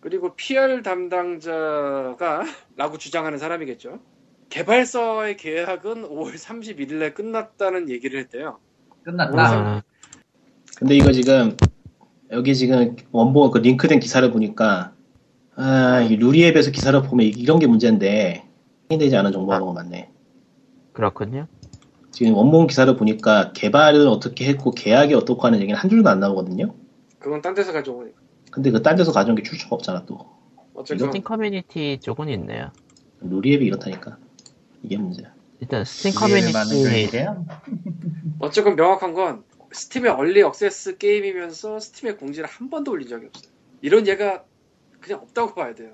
D: 그리고 PR 담당자가 라고 주장하는 사람이겠죠. 개발사의 계약은 5월 31일에 끝났다는 얘기를 했대요.
B: 끝났다.
A: 아,
C: 근데 이거 지금 여기 지금 원본 그 링크된 기사를 보니까 아, 이 루리앱에서 기사를 보면 이- 이런 게 문제인데 확인되지 않은 정보가 너무 많네.
A: 그렇군요.
C: 지금 원본 기사를 보니까 개발은 어떻게 했고 계약이 어떻고 하는 얘기는 한 줄도 안 나오거든요.
D: 그건 딴 데서 가져오니까.
C: 근데 그 딴 데서 가져온 게 출처가 없잖아 또.
D: 어쨌든
A: 스팀 커뮤니티 쪽은 있네요.
C: 루리앱이 이렇다니까 이게 문제야.
A: 일단 스팀
B: 이해를 예, 많은
A: 커뮤니티
B: 교육이래요.
D: 어쨌건 명확한 건 스팀의 얼리 억세스 게임이면서 스팀의 공지를 한 번도 올린 적이 없어요. 이런 얘가 그냥 없다고 봐야 돼요.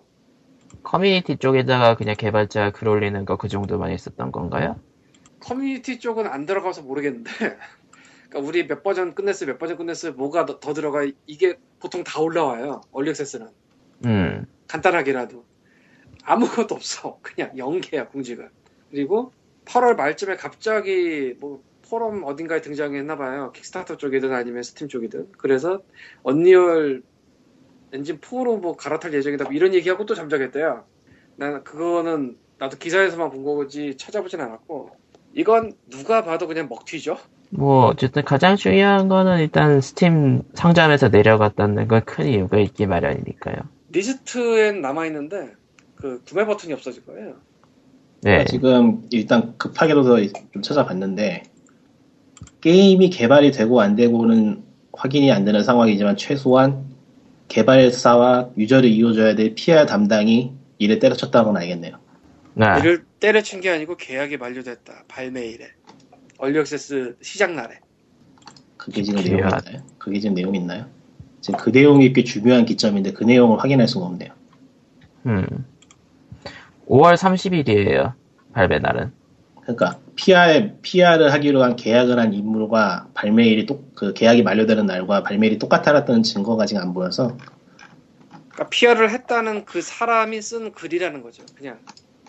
A: 커뮤니티 쪽에다가 그냥 개발자 글 올리는 거 그 정도만 있었던 건가요?
D: 커뮤니티 쪽은 안 들어가서 모르겠는데 그러니까 우리 몇 버전 끝냈어요 몇 버전 끝냈어요 뭐가 더, 더 들어가 이게 보통 다 올라와요 얼리 액세스는
A: 음,
D: 간단하게라도 아무것도 없어 그냥 연계야 공지가 그리고 8월 말쯤에 갑자기 뭐 포럼 어딘가에 등장했나 봐요 킥스타터 쪽이든 아니면 스팀 쪽이든 그래서 언리얼 엔진 4로 뭐 갈아탈 예정이다 뭐 이런 얘기하고 또 잠적했대요 난 그거는 나도 기사에서만 본 거지 찾아보진 않았고 이건 누가 봐도 그냥 먹튀죠
A: 뭐 어쨌든 가장 중요한 거는 일단 스팀 상점에서 내려갔다는 건 큰 이유가 있기 마련이니까요.
D: 리스트엔 남아있는데 그 구매 버튼이 없어질 거예요
A: 네,
C: 아, 지금 일단 급하게라도 좀 찾아봤는데 게임이 개발이 되고 안 되고는 확인이 안 되는 상황이지만 최소한 개발사와 유저를 이어줘야 될 PR 담당이 일에 때려쳤다고는 알겠네요.
A: 아,
D: 이를 때려친 게 아니고 계약이 만료됐다. 발매일에. 얼리액세스 시작 날에.
C: 그게 지금 내용이
A: 중요한.
C: 있나요? 그게 지금 내용이 있나요? 지금 그 내용이 꽤 중요한 기점인데 그 내용을 확인할 수가 없네요.
A: 음. 5월 30일이에요. 발매 날은.
C: 그러니까 PR PR을 하기로 한 계약을 한 인물과 발매일이 똑그 계약이 만료되는 날과 발매일이 똑같았다는 증거가 지금 안 보여서
D: 그러니까 PR을 했다는 그 사람이 쓴 글이라는 거죠. 그냥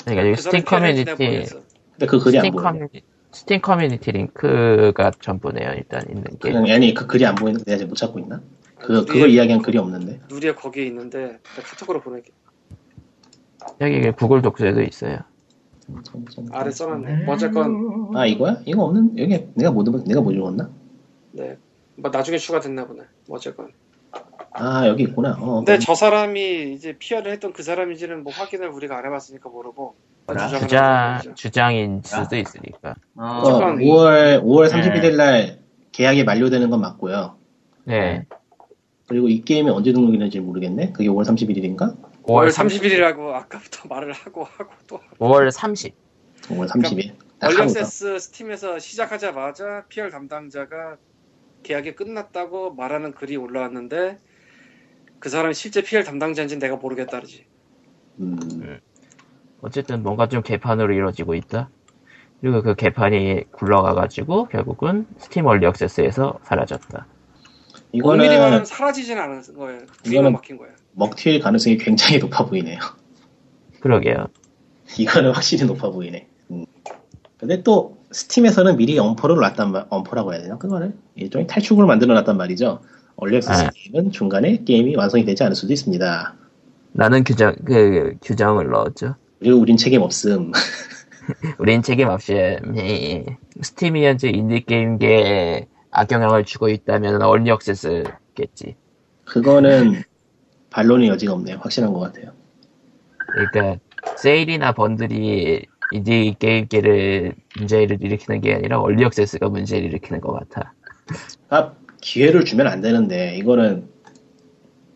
A: 그러니까 여기
D: 그
A: 스팀
D: 사람이 PR을 했나
A: 커뮤니티
D: 모르겠어.
C: 근데 그 글이 안
A: 스팀
C: 보여요.
A: 커뮤니티, 스팀 커뮤니티 링크가 전부네요. 일단 있는 게.
C: 그냥 아니 그 글이 안 보이는데 내가 지금 못 찾고 있나? 그
D: 누리의-
C: 그걸 이야기한 글이 없는데
D: 누리의 거기에 있는데 내가 카톡으로 보낼게.
A: 여기 구글 독서에도 있어요.
D: 아래 써놨네. 뭐 어쨌건
C: 아 이거야? 이거 없는 여기 내가 못 읽었- 내가 못 읽었나?
D: 네. 뭐 나중에 추가됐나 보네. 뭐 어쨌건.
C: 아 여기 있구나. 어,
D: 근데 저 사람이 이제 PR을 했던 그 사람인지는 뭐 확인을 우리가 안 해봤으니까 모르고
B: 아,
D: 주장을 하는
A: 주장
D: 거죠. 아.
A: 주장인 수도 있으니까.
B: 어,
C: 어,
D: 잠깐.
C: 5월 5월
A: 네.
C: 31일 날 계약이 만료되는 건 맞고요.
A: 네.
C: 그리고 이 게임이 언제 등록이는지 모르겠네. 그게 5월 31일인가?
D: 5월 30일이라고 아까부터 말을 하고 하고 또
A: 5월 30.
C: 5월 30일.
D: 그러니까
C: 딱 하루 더.
D: 얼리액세스 스팀에서 시작하자마자 PR 담당자가 계약이 끝났다고 말하는 글이 올라왔는데 그 사람이 실제 PR 담당자인지 는 내가 모르겠다 그러지.
C: 음,
A: 어쨌든 뭔가 좀 개판으로 이루어지고 있다. 그리고 그 개판이 굴러가가지고 결국은 스팀 얼리 액세스에서 사라졌다.
D: 엄밀히 말하면
C: 이거는
D: 사라지진 않은 거예요. 뒤에만
C: 이거는-
D: 막힌 거예요.
C: 먹튀일 가능성이 굉장히 높아 보이네요.
A: 그러게요.
C: 이거는 확실히 높아 보이네. 음. 근데 또 스팀에서는 미리 엄포를 놨단 말, 엄포라고 해야 되나? 그거를 일종의 탈출구를 만들어 놨단 말이죠. 얼리엑세스
A: 네.
C: 게임은 중간에 게임이 완성이 되지 않을 수도 있습니다.
A: 나는 규정 그 규정을 넣었죠.
C: 그리고 우린 책임 없음.
A: 우린 책임 없이 스팀이 현재 인디 게임계에 악영향을 주고 있다면 얼리 액세스겠지.
C: 그거는 반론의 여지가 없네요. 확실한 것 같아요.
A: 그러니까 세일이나 번들이 인디 게임계를 문제를 일으키는 게 아니라 얼리 액세스가 문제를 일으키는 것 같아.
C: 아, 기회를 주면 안 되는데 이거는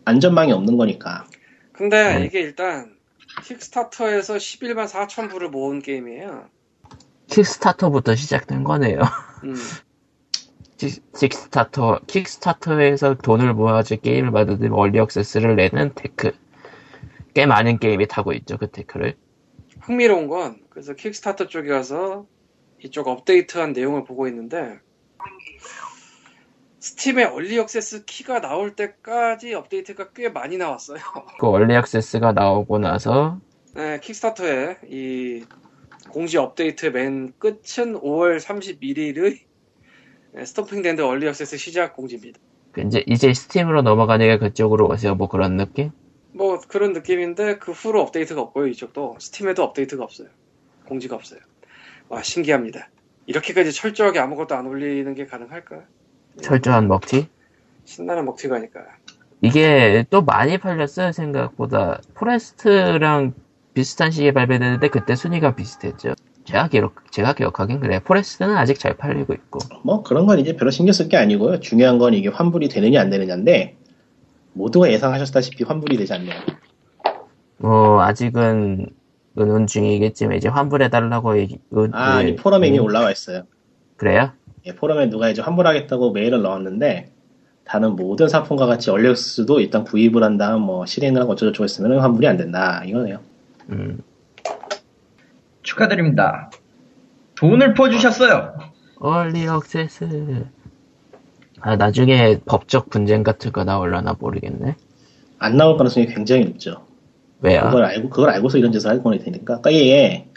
C: 안전망이 없는 거니까.
D: 근데
C: 음.
A: 네.
D: 이게 일단 킥스타터에서 11만 4천 불을 모은 게임이에요.
A: 킥스타터부터 시작된 거네요.
D: 음.
A: 킥- 킥스타터, 킥스타터에서 돈을 모아서 게임을 만드는 얼리 액세스를 내는 테크. 꽤 많은 게임이 타고 있죠, 그 테크를.
D: 흥미로운 건 그래서 킥스타터 쪽에 가서 이쪽 업데이트한 내용을 보고 있는데 스팀의 얼리 억세스 키가 나올 때까지 업데이트가 꽤 많이 나왔어요.
A: 그 얼리 액세스가 나오고 나서,
D: 네, 킥스타터의 이 공지 업데이트 맨 끝은 5월 31일의 스토핑 댄드 얼리 억세스 시작 공지입니다.
A: 이제, 이제 스팀으로 넘어가니까 그쪽으로 오세요. 뭐 그런 느낌?
D: 뭐 그런 느낌인데 그 후로 업데이트가 없고요 이쪽도 스팀에도 업데이트가 없어요 공지가 없어요 와 신기합니다 이렇게까지 철저하게 아무것도 안 올리는 게 가능할까
A: 철저한 먹튀?
D: 신나는 먹튀가니까
A: 이게 또 많이 팔렸어요. 생각보다. 포레스트랑 비슷한 시기에 발매되는데 그때 순위가 비슷했죠. 제가 기록, 제가 기억하긴 그래요. 포레스트는 아직 잘 팔리고 있고.
C: 뭐 그런 건 이제 별로 신경 쓸 게 아니고요. 중요한 건 이게 환불이 되느냐 안 되느냐인데 모두가 예상하셨다시피 환불이 되지 않네요.
A: 뭐 아직은 은원 중이겠지만 이제 환불해달라고 얘기, 은,
C: 아,
A: 예,
C: 이 포럼에 이미
A: 음,
C: 올라와 있어요.
A: 그래요?
C: 예, 포럼에 누가 이제 환불하겠다고 메일을 넣었는데 다른 모든 상품과 같이 얼리엑스도 일단 구입을 한 다음 뭐 실행을 하고 어쩌고저쩌고 했으면 환불이 안 된다 이거네요.
A: 음.
B: 축하드립니다. 돈을 퍼주셨어요.
A: 얼리 억세스. 아, 나중에 법적 분쟁 같은 거 나올라나 모르겠네.
C: 안 나올 가능성이 굉장히 높죠.
A: 왜요?
C: 그걸 알고 그걸 알고서 이런 짓을 할 거니 되니까. 그러니까 이게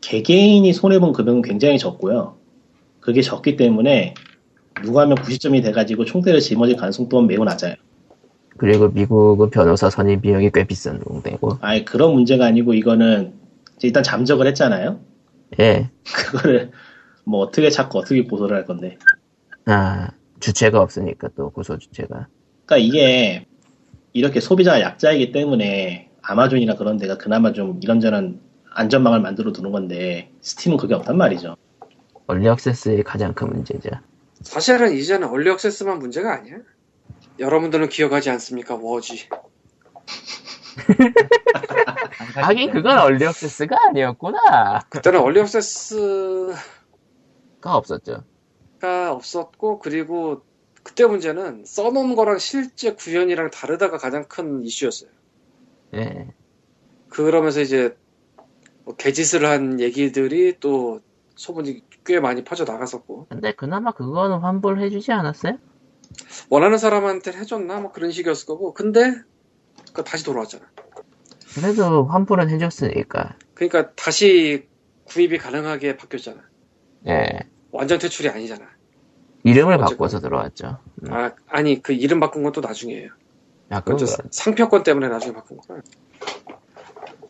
C: 개개인이 손해 본 금액은 굉장히 적고요. 그게 적기 때문에 누가 하면 90점이 돼가지고 총대를 짊어질 가능성 또한 매우 낮아요.
A: 그리고 미국은 변호사 선임 비용이 꽤 비싼 정도고.
C: 아예 그런 문제가 아니고 이거는 이제 일단 잠적을 했잖아요.
A: 예.
C: 그거를 뭐 어떻게 찾고 어떻게 보소를 할 건데.
A: 아, 주체가 없으니까 또 고소 주체가.
C: 그러니까 이게 이렇게 소비자가 약자이기 때문에 아마존이나 그런 데가 그나마 좀 이런저런 안전망을 만들어 두는 건데 스팀은 그게 없단 말이죠.
A: 얼리 억세스의 가장 큰 문제죠.
D: 사실은 이제는 얼리 액세스만 문제가 아니야 여러분들은 기억하지 않습니까 워지
B: 안 사실
A: 하긴
D: 네.
B: 때문에.
A: 그건 얼리 억세스가 아니었구나.
D: 그때는 얼리 액세스가
A: 가 없었죠.
D: 없었고 그리고 그때 문제는 써놓은 거랑 실제 구현이랑 다르다가 가장 큰 이슈였어요
A: 예.
D: 그러면서 이제 뭐 개짓을 한 얘기들이 또 소문이 꽤 많이 퍼져 나갔었고
A: 근데 그나마 그거는 환불해주지 않았어요?
D: 원하는 사람한테 해줬나 뭐 그런 식이었을 거고 근데 그 다시 돌아왔잖아.
A: 그래도 환불은 해줬으니까.
D: 그러니까 다시 구입이 가능하게 바뀌었잖아.
A: 예.
D: 완전 퇴출이 아니잖아.
A: 이름을
D: 어쨌건.
A: 바꿔서 들어왔죠. 음,
D: 아 아니 그 이름 바꾼 건 또 나중이에요.
A: 약간
D: 그건 저
A: 아, 그런-
D: 상표권 때문에 나중에 바꾼 거야.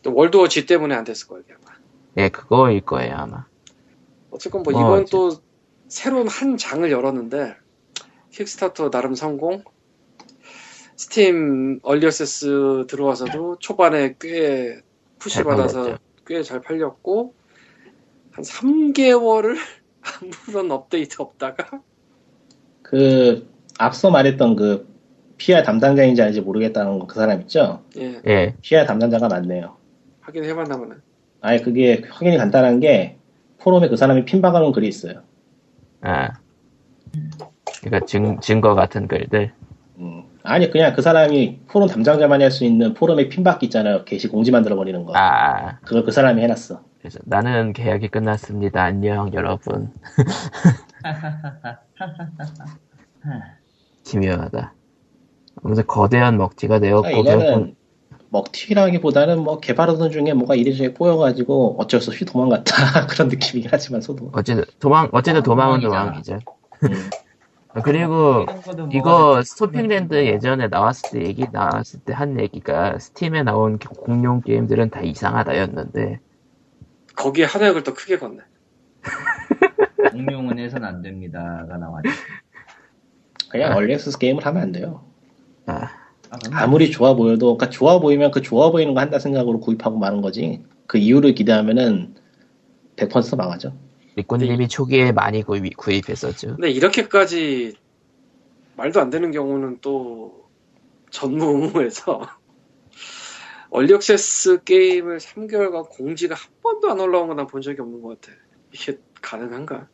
D: 또 월드워치 때문에 안 됐을 거예요. 아마.
A: 예, 그거일 거예요, 아마.
D: 어쨌건 뭐
A: 어,
D: 이건
A: 어째-
D: 또 새로운 한 장을 열었는데 킥스타터 나름 성공. 스팀 얼리어세스 들어와서도 초반에 꽤 푸시
A: 잘
D: 받아서
A: 팔렸죠.
D: 꽤 잘 팔렸고 한 3개월을 아무런 업데이트 없다가
C: 그 앞서 말했던 그 PR 담당자인지 아닌지 모르겠다는 그 사람 있죠?
D: 예
A: 예.
C: PR 담당자가 맞네요.
D: 확인해봤나보네
C: 아예 그게 확인이 간단한 게 포럼에 그 사람이 핀 박아놓은 글이 있어요.
A: 아. 그러니까 증, 증거 같은 글들.
C: 음. 아니 그냥 그 사람이 포럼 담당자만이 할 수 있는 포럼에 핀 박기 있잖아요. 게시 공지 만들어 버리는 거.
A: 아.
C: 그걸 그 사람이 해놨어.
A: 그래서 나는 계약이 끝났습니다. 안녕, 여러분. 기묘하다. 아무튼 거대한 먹튀가 되었고,
C: 그러니까 이거는 먹튀기라기보다는 뭐 개발하던 중에 뭐가 이래저래 꼬여가지고 어쩔 수 없이 도망갔다 그런 느낌이긴 하지만 소도.
A: 어쨌든 도망, 어쨌든 도망은 도망이죠. 아,
C: 음.
A: 그리고
B: 이런
A: 이거
C: 음.
A: 스토핑랜드 예전에 나왔을 때 얘기 나왔을 때 한 얘기가 스팀에 나온 기- 공룡 게임들은 다 이상하다였는데
D: 거기에 하나역을 또 크게 걷네
B: 공룡은 해선 안 됩니다가 나왔죠.
C: 그냥 얼리엑스 게임을 하면 안 돼요.
A: 아,
B: 아, 그럼
C: 아무리 좋아 보여도 그러니까 좋아 보이면 그 좋아 보이는 거 한다 생각으로 구입하고 마는 거지 그 이유를 기대하면은 100% 망하죠 네.
A: 리꾸님이 초기에 많이 구입, 구입했었죠.
D: 근데 이렇게까지 말도 안 되는 경우는 또 전무후무해서 얼리억세스 게임을 3개월간 공지가 한 번도 안 올라온 거 난 본 적이 없는 것 같아 이게 가능한가?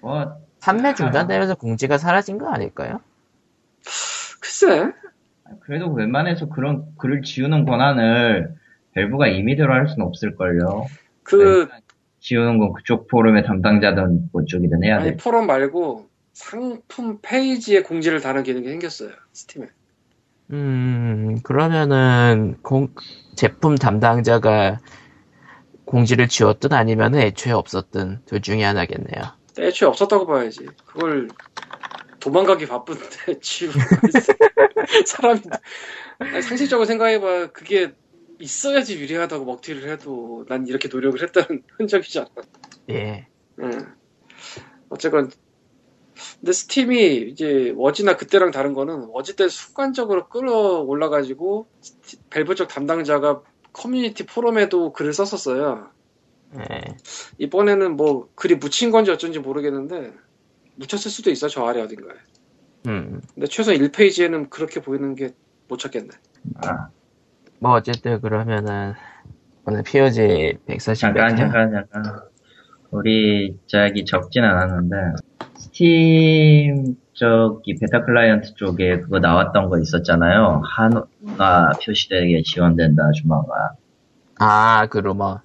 B: 뭐
A: 판매
C: 아.
A: 중단되면서 공지가 사라진 거 아닐까요?
D: 글쎄
B: 그래도 웬만해서 그런 글을 지우는 권한을 밸브가 임의대로 할 수는 없을걸요.
D: 그
B: 지우는 건 그쪽 포럼의 담당자든 뭐 그쪽이든 해야
D: 아니
B: 돼.
D: 포럼 말고 상품 페이지에 공지를 다는 기능이 생겼어요 스팀에
A: 음 그러면은 공, 제품 담당자가 공지를 지웠든 아니면 애초에 없었든 둘 중에 하나겠네요.
D: 애초에 없었다고 봐야지 그걸 도망가기 바쁜데 지금 사람이 아니, 상식적으로 생각해봐 그게 있어야지 유리하다고 먹튀를 해도 난 이렇게 노력을 했다는 흔적이잖아.
A: 예.
D: 응. 어쨌건 근데 스팀이 이제 워지나 그때랑 다른 거는 워지 때 순간적으로 끌어 올라가지고 스티- 밸브 쪽 담당자가 커뮤니티 포럼에도 글을 썼었어요.
A: 예.
D: 이번에는 뭐 글이 묻힌 건지 어쩐지 모르겠는데 묻혔을 수도 있어 저 아래 어딘가에.
A: 음.
D: 근데 최소 1페이지에는 그렇게 보이는 게 못 찾겠네.
B: 아,
A: 뭐 어쨌든 그러면은 오늘 POG 140
B: 잠깐, 잠깐, 잠깐. 우리, 저기, 적진 않았는데, 스팀 쪽이 베타 클라이언트 쪽에 그거 나왔던 거 있었잖아요. 한화 표시되게 지원된다, 아줌마가.
A: 아, 그 루머.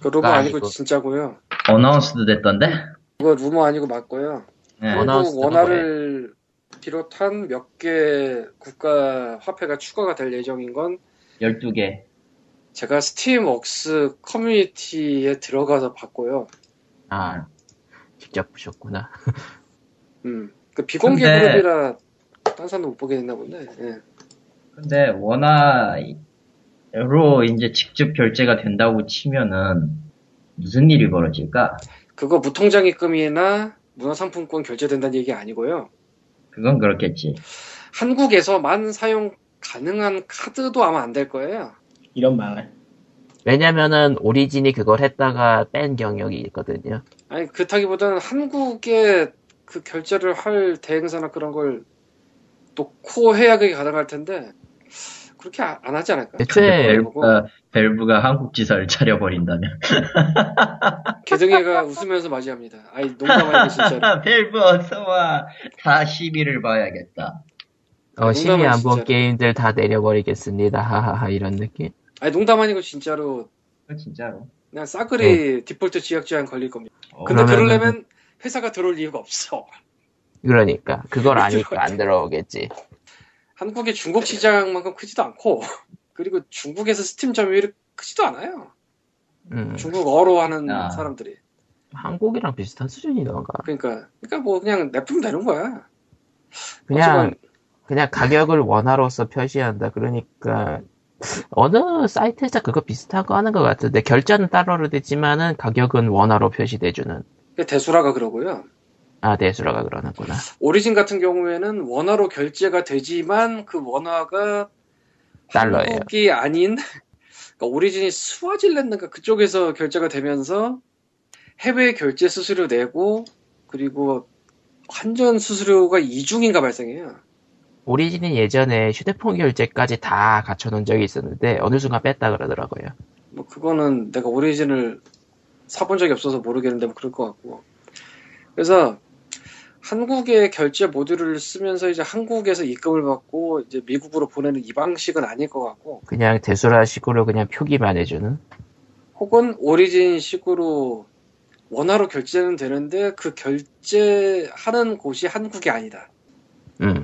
D: 그 루머
A: 아,
D: 아니고
A: 이거.
D: 진짜고요.
B: 어나운스도 됐던데?
D: 이거 루머 아니고 맞고요.
B: 네.
A: 워낙- 어나운스
D: 한국 원화를 비롯한 몇 개 국가 화폐가 추가가 될 예정인 건
B: 12개.
D: 제가 스팀웍스 커뮤니티에 들어가서 봤고요.
A: 아, 직접 보셨구나.
D: 음. 그 비공개
B: 근데-
D: 그룹이라 딴 사람도 못 보게 됐나 본데. 예.
B: 근데 원화로 이제 직접 결제가 된다고 치면은 무슨 일이 벌어질까?
D: 그거 무통장 입금이나 문화상품권 결제된다는 얘기 아니고요.
B: 그건 그렇겠지.
D: 한국에서만 사용 가능한 카드도 아마 안 될 거예요.
C: 이런 말.
A: 왜냐면은 오리진이 그걸 했다가 뺀 경력이 있거든요.
D: 아니 그렇다기보다는 한국에 그 결제를 할 대행사나 그런 걸 놓고 해야 그게 가능할 텐데 그렇게 아- 안 하지 않을까?
A: 대체
B: 벨브가, 벨브가 한국 지사를 차려버린다면.
D: 개등이가 웃으면서 맞이합니다. 아이 농담 아니고 진짜로.
B: 벨브 어서와. 다 시비를 봐야겠다.
A: 어, 심의
D: 농담은
A: 안본
D: 진짜로.
A: 게임들 다 내려버리겠습니다. 하하하 이런 느낌.
D: 아니 농담 아니고 진짜로
B: 그거 아, 진짜로.
D: 그냥 싸그리 디폴트 지역 제한 걸릴 겁니다.
B: 어,
D: 근데
A: 어. 그러면은-
D: 그러려면 회사가 들어올 이유가 없어.
A: 그러니까 그걸 아니까 안 들어오겠지.
D: 한국의 중국 시장만큼 크지도 않고 그리고 중국에서 스팀 점유율이 크지도 않아요.
A: 음,
D: 중국어로 하는
B: 아.
D: 사람들이.
A: 한국이랑 비슷한 수준이던가.
D: 그러니까 그러니까 뭐 그냥 내품 되는 거야.
A: 그냥
D: 하지만-
A: 그냥 가격을 원화로서 표시한다. 그러니까 어느 사이트에서 그거 비슷한 거 하는 것 같은데 결제는 달러로 되지만은 가격은 원화로 표시돼주는
D: 그게 대수라가 그러고요.
A: 아 대수라가 그러는구나.
D: 오리진 같은 경우에는 원화로 결제가 되지만 그 원화가
A: 달러예요.
D: 한국이 아닌 그러니까 오리진이 스와질랜드가 그쪽에서 결제가 되면서 해외 결제 수수료 내고 그리고 환전 수수료가 이중인가 발생해요.
A: 오리진은 예전에 휴대폰 결제까지 다 갖춰놓은 적이 있었는데 어느 순간 뺐다 그러더라고요.
D: 뭐 그거는 내가 오리진을 사본 적이 없어서 모르겠는데 뭐 그럴 것 같고 그래서 한국의 결제 모듈을 쓰면서 이제 한국에서 입금을 받고 이제 미국으로 보내는 이 방식은 아닐 것 같고
A: 그냥 대수라식으로 그냥 표기만 해주는.
D: 혹은 오리진 식으로 원화로 결제는 되는데 그 결제하는 곳이 한국이 아니다.
A: 음.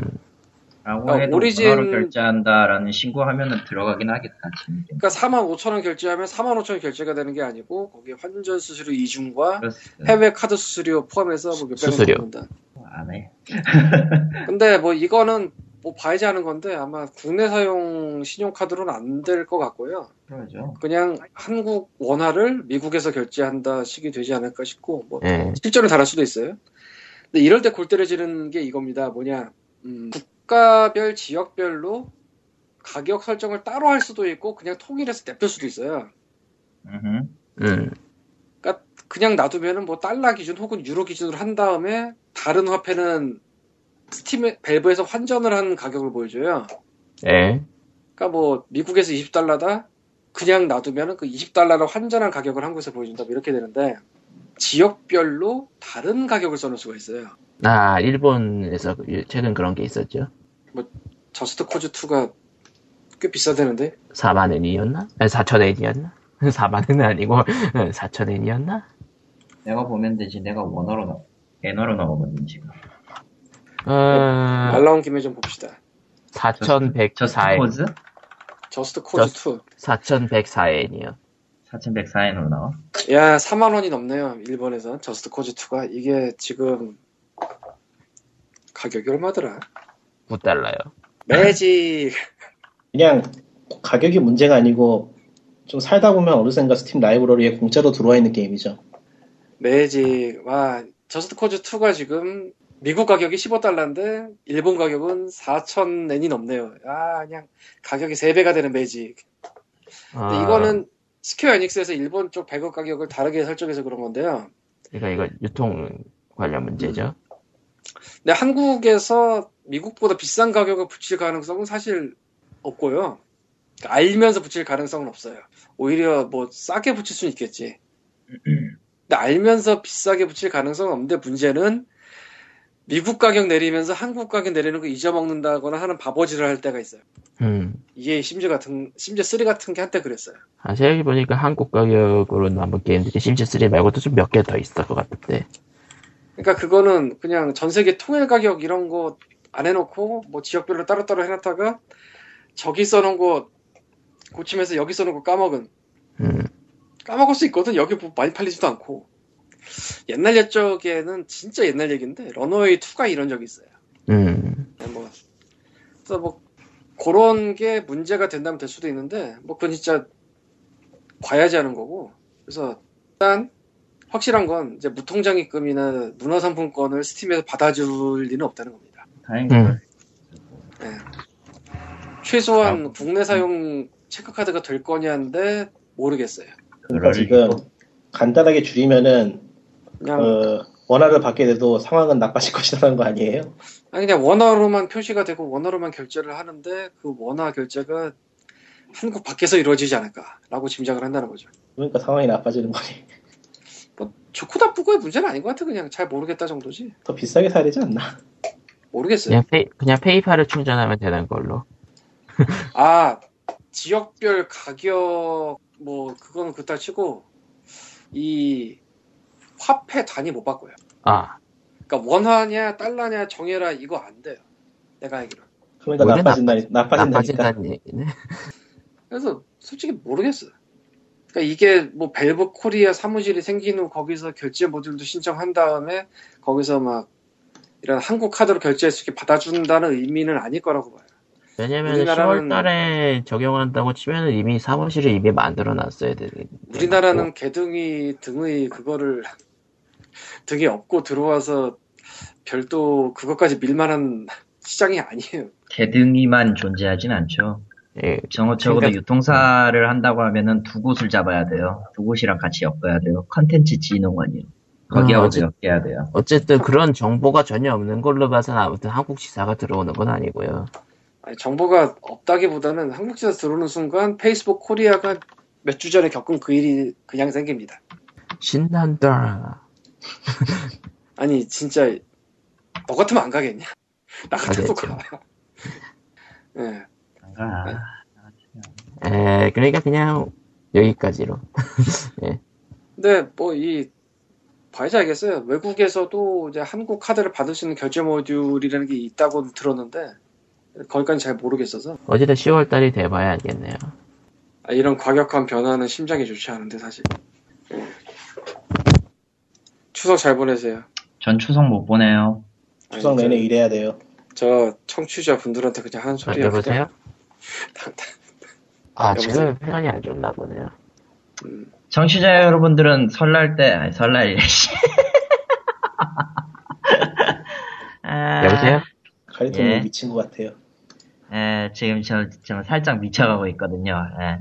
B: 라고
D: 그러니까
B: 해도
D: 오리진-
B: 원화로 결제한다라는 신고하면은 들어가긴 하겠다. 진짜.
D: 그러니까 4만 5천 원 결제하면 4만 5천 원 결제가 되는 게 아니고 거기에 환전 수수료 이중과
B: 그렇습니다.
D: 해외 카드 수수료 포함해서 뭐 몇백
A: 네.
D: 원
A: 수수료.
D: 넘는다.
B: 안 해.
D: 근데 뭐 이거는 뭐 봐야지 하는 건데 아마 국내 사용 신용카드로는 안 될 것 같고요.
B: 그러죠.
D: 그냥 한국 원화를 미국에서 결제한다 식이 되지 않을까 싶고 뭐
A: 예.
D: 실제로 다를 수도 있어요. 근데 이럴 때 골때를 지르는 게 이겁니다. 뭐냐, 음, 국가별 지역별로 가격 설정을 따로 할 수도 있고 그냥 통일해서 냅둘 수도 있어요.
B: 음흠.
A: 음.
D: 그냥 놔두면은 뭐 달러 기준 혹은 유로 기준으로 한 다음에 다른 화폐는 스팀 밸브에서 환전을 한 가격을 보여줘요.
A: 예.
D: 그러니까 뭐 미국에서 20달러다 그냥 놔두면은 그 20달러로 환전한 가격을 한국에서 보여준다 뭐 이렇게 되는데 지역별로 다른 가격을 써놓을 수가 있어요.
A: 아, 일본에서 그- 최근 그런 게 있었죠.
D: 저스트 코즈 2가 꽤 비싸대는데
A: 4만엔이었나? 4천엔이었나? 4만엔은 아니고 4천엔이었나?
B: 내가 보면 되지. 내가 원화로 나, 엔화로 나오거든 지금.
D: 말 음.
A: 어,
D: 나온 김에 좀 봅시다.
A: 4,104엔.
B: 저스트코즈
D: 저스트 코즈
A: 4,104엔이요.
B: 4,104엔으로 나와.
D: 2. 야 4만 원이 넘네요. 일본에선 저스트 코즈 2가 이게 지금 가격이 얼마더라?
A: 9달러요.
D: 매직
C: 그냥 가격이 문제가 아니고 좀 살다 보면 어느샌가 스팀 라이브러리에 공짜로 들어와 있는 게임이죠.
D: 매직 와 저스트 코즈 2가 지금 미국 가격이 15달러인데 일본 가격은 4천 엔이 넘네요. 아 그냥 가격이 3배가 되는 매직. 근데
A: 어,
D: 이거는 스퀘어 에닉스에서 일본 쪽 배급 가격을 다르게 설정해서 그런 건데요.
A: 그러니까 이거 유통 관련 문제죠.
D: 근데 한국에서 미국보다 비싼 가격을 붙일 가능성은 사실 없고요. 그러니까 알면서 붙일 가능성은 없어요. 오히려 뭐 싸게 붙일 수는 있겠지. 근데 알면서 비싸게 붙일 가능성은 없는데 문제는 미국 가격 내리면서 한국 가격 내리는 거 잊어먹는다거나 하는 바보질을 할 때가 있어요.
A: 음.
D: 이게 심지어 같은 심지어 3 같은 게 한때 그랬어요.
A: 사실 아, 보니까 한국 가격으로 남은 게임들이 심지어 3 말고도 좀 몇 개 더 있을 것 같은데.
D: 그러니까 그거는 그냥 전 세계 통일 가격 이런 거 안 해놓고 뭐 지역별로 따로따로 해놨다가 저기 써놓은 거 고침해서 여기 써놓은 거 까먹은
A: 음.
D: 까먹을 수 있거든 여기 뭐 많이 팔리지도 않고 옛날 옛적에는 진짜 옛날 얘기인데 런어웨이 2가 이런 적이 있어요.
A: 음.
D: 그냥 뭐 그래서 뭐 그런 게 문제가 된다면 될 수도 있는데 뭐 그건 진짜 과야지 하는 거고 그래서 일단 확실한 건 이제 무통장입금이나 문화 상품권을 스팀에서 받아줄 리는 없다는 겁니다.
B: 다행히
A: 음.
D: 최소한 국내 사용 체크카드가 될 거냐인데 모르겠어요.
C: 그러니까
B: 그럴
C: 지금
B: 리가.
C: 간단하게 줄이면은
D: 그냥
C: 어, 원화를 받게 돼도 상황은 나빠질 것이라는 거 아니에요?
D: 아니 그냥 원화로만 표시가 되고 원화로만 결제를 하는데 그 원화 결제가 한국 밖에서 이루어지지 않을까라고 짐작을 한다는 거죠.
C: 그러니까 상황이 나빠지는 거니
D: 좋고 나쁘고의 문제는 아닌 것 같아 그냥 잘 모르겠다 정도지
C: 더 비싸게 사야 되지 않나?
D: 모르겠어요.
A: 그냥 페이, 그냥 페이팔을 충전하면 되는 걸로.
D: 아 지역별 가격 뭐 그거는 그따 치고 이 화폐 단위 못 바꿔요.
A: 아,
D: 그러니까 원화냐 달러냐 정해라 이거 안 돼요. 내가 알기로.
C: 그러니까
A: 원래
C: 나빠진다니, 나빠진다니까.
A: 나빠진다는 얘기네.
D: 그래서 솔직히 모르겠어요. 그러니까 이게 뭐 벨브 코리아 사무실이 생긴 후 거기서 결제 모듈도 신청한 다음에 거기서 막 이런 한국 카드로 결제할 수 있게 받아준다는 의미는 아닐 거라고 봐요.
A: 왜냐면
D: 우리나라는-
A: 10월달에 적용한다고 치면은 이미 사무실을 이미 만들어놨어야 되는. 네,
D: 우리나라는 개등이 등의 그거를 등이 없고 들어와서 별도 그것까지 밀만한 시장이 아니에요.
B: 개등이만 존재하진 않죠.
A: 예,
B: 정어적으로
A: 그러니까-
B: 유통사를 한다고 하면은 두 곳을 잡아야 돼요. 두 곳이랑 같이 엮어야 돼요. 컨텐츠 진흥원이요.
A: 음,
B: 거기하고도
A: 어쨌-
B: 엮여야 돼요.
A: 어쨌든 그런 정보가 전혀 없는 걸로 봐서는 아무튼 한국 시사가 들어오는 건 아니고요.
D: 아니, 정보가 없다기보다는 한국에서 들어오는 순간 페이스북 코리아가 몇 주 전에 겪은 그 일이 그냥 생깁니다.
A: 신난다.
D: 아니 진짜 너 같으면 안 가겠냐? 나 같아도
A: 가겠죠.
D: 가. 예.
B: 아,
A: 에, 그러니까 그냥 여기까지로.
D: 근데 뭐 이 봐야지 알겠어요. 외국에서도 이제 한국 카드를 받을 수 있는 결제 모듈이라는 게 있다고 들었는데 거기까지 잘 모르겠어서
A: 어제도 10월달이 돼봐야 알겠네요.
D: 아, 이런 과격한 변화는 심장에 좋지 않은데 사실. 예. 추석 잘 보내세요.
B: 전 추석 못 보내요.
C: 추석
D: 아니,
C: 내내 일해야 돼요.
D: 저 청취자 분들한테 그냥 하는
A: 아,
D: 소리예요.
A: 여보세요?
D: 그냥 다- 다-
A: 아,
D: 여보세요?
A: 지금 편이 안 좋나 보네요.
B: 정치자 여러분들은 설날 때, 아니, 설날이래, 예, 씨. 아,
A: 여보세요?
C: 칼리토
B: 예.
C: 예. 미친 것 같아요.
B: 예, 지금 저, 저 살짝 미쳐가고 있거든요. 예.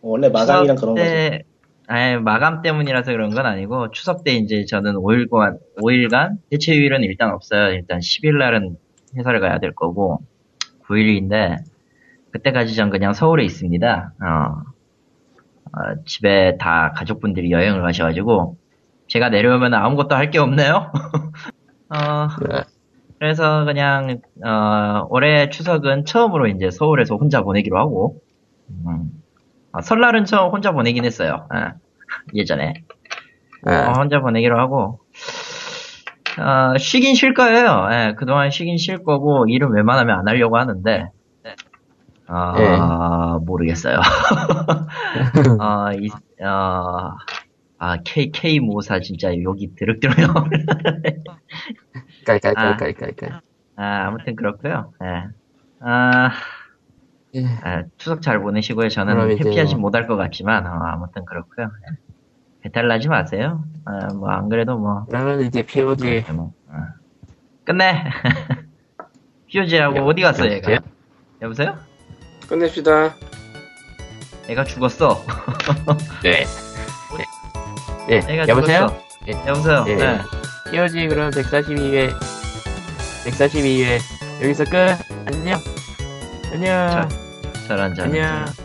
C: 원래 마감이랑
B: 추석
C: 그런 거지.
B: 때, 아예 마감 때문이라서 그런 건 아니고, 추석 때 이제 저는 5일간, 5일간, 일체휴일은 일단 없어요. 일단 10일날은 회사를 가야 될 거고, 9일인데, 그때까지 전 그냥 서울에 있습니다. 어, 어, 집에 다 가족분들이 여행을 가셔가지고, 제가 내려오면 아무것도 할 게 없네요? 어,
A: 네.
B: 그래서 그냥 어, 올해 추석은 처음으로 이제 서울에서 혼자 보내기로 하고 음, 아, 설날은 처음 혼자 보내긴 했어요. 아, 예전에
A: 아,
B: 어, 혼자 보내기로 하고 어, 쉬긴 쉴 거예요. 예, 그동안 쉬긴 쉴 거고 일은 웬만하면 안 하려고 하는데 아, 모르겠어요. 어, 이, 어, 아, K, K 모사 진짜 여기 드륵드륵
A: 깔깔깔깔깔깔.
B: 아, 아무튼 그렇고요. 예. 아,
A: 예.
B: 아, 추석 잘 보내시고요.
A: 그럼
B: 저는
A: 이제
B: 회피하지
A: 뭐.
B: 못할 것 같지만 어, 아무튼 그렇고요. 예. 배탈 나지 마세요. 아, 뭐 안 그래도 뭐,
A: 그러면 이제 POG
B: 이렇게 뭐, 어. 끝내. 휴지하고
A: 여-
B: 어디 갔어 얘가?
A: 여보세요?
B: 여보세요?
D: 끝냅시다.
B: 얘가 죽었어.
A: 네. 네.
B: 얘가
A: 네. 여보세요?
B: 죽었어.
A: 예.
B: 여보세요.
A: 예.
B: 네.
A: POG 그럼 142회 142회 여기서 끝 안녕 안녕
B: 저런 저런.
A: 안녕
B: 네. 저런.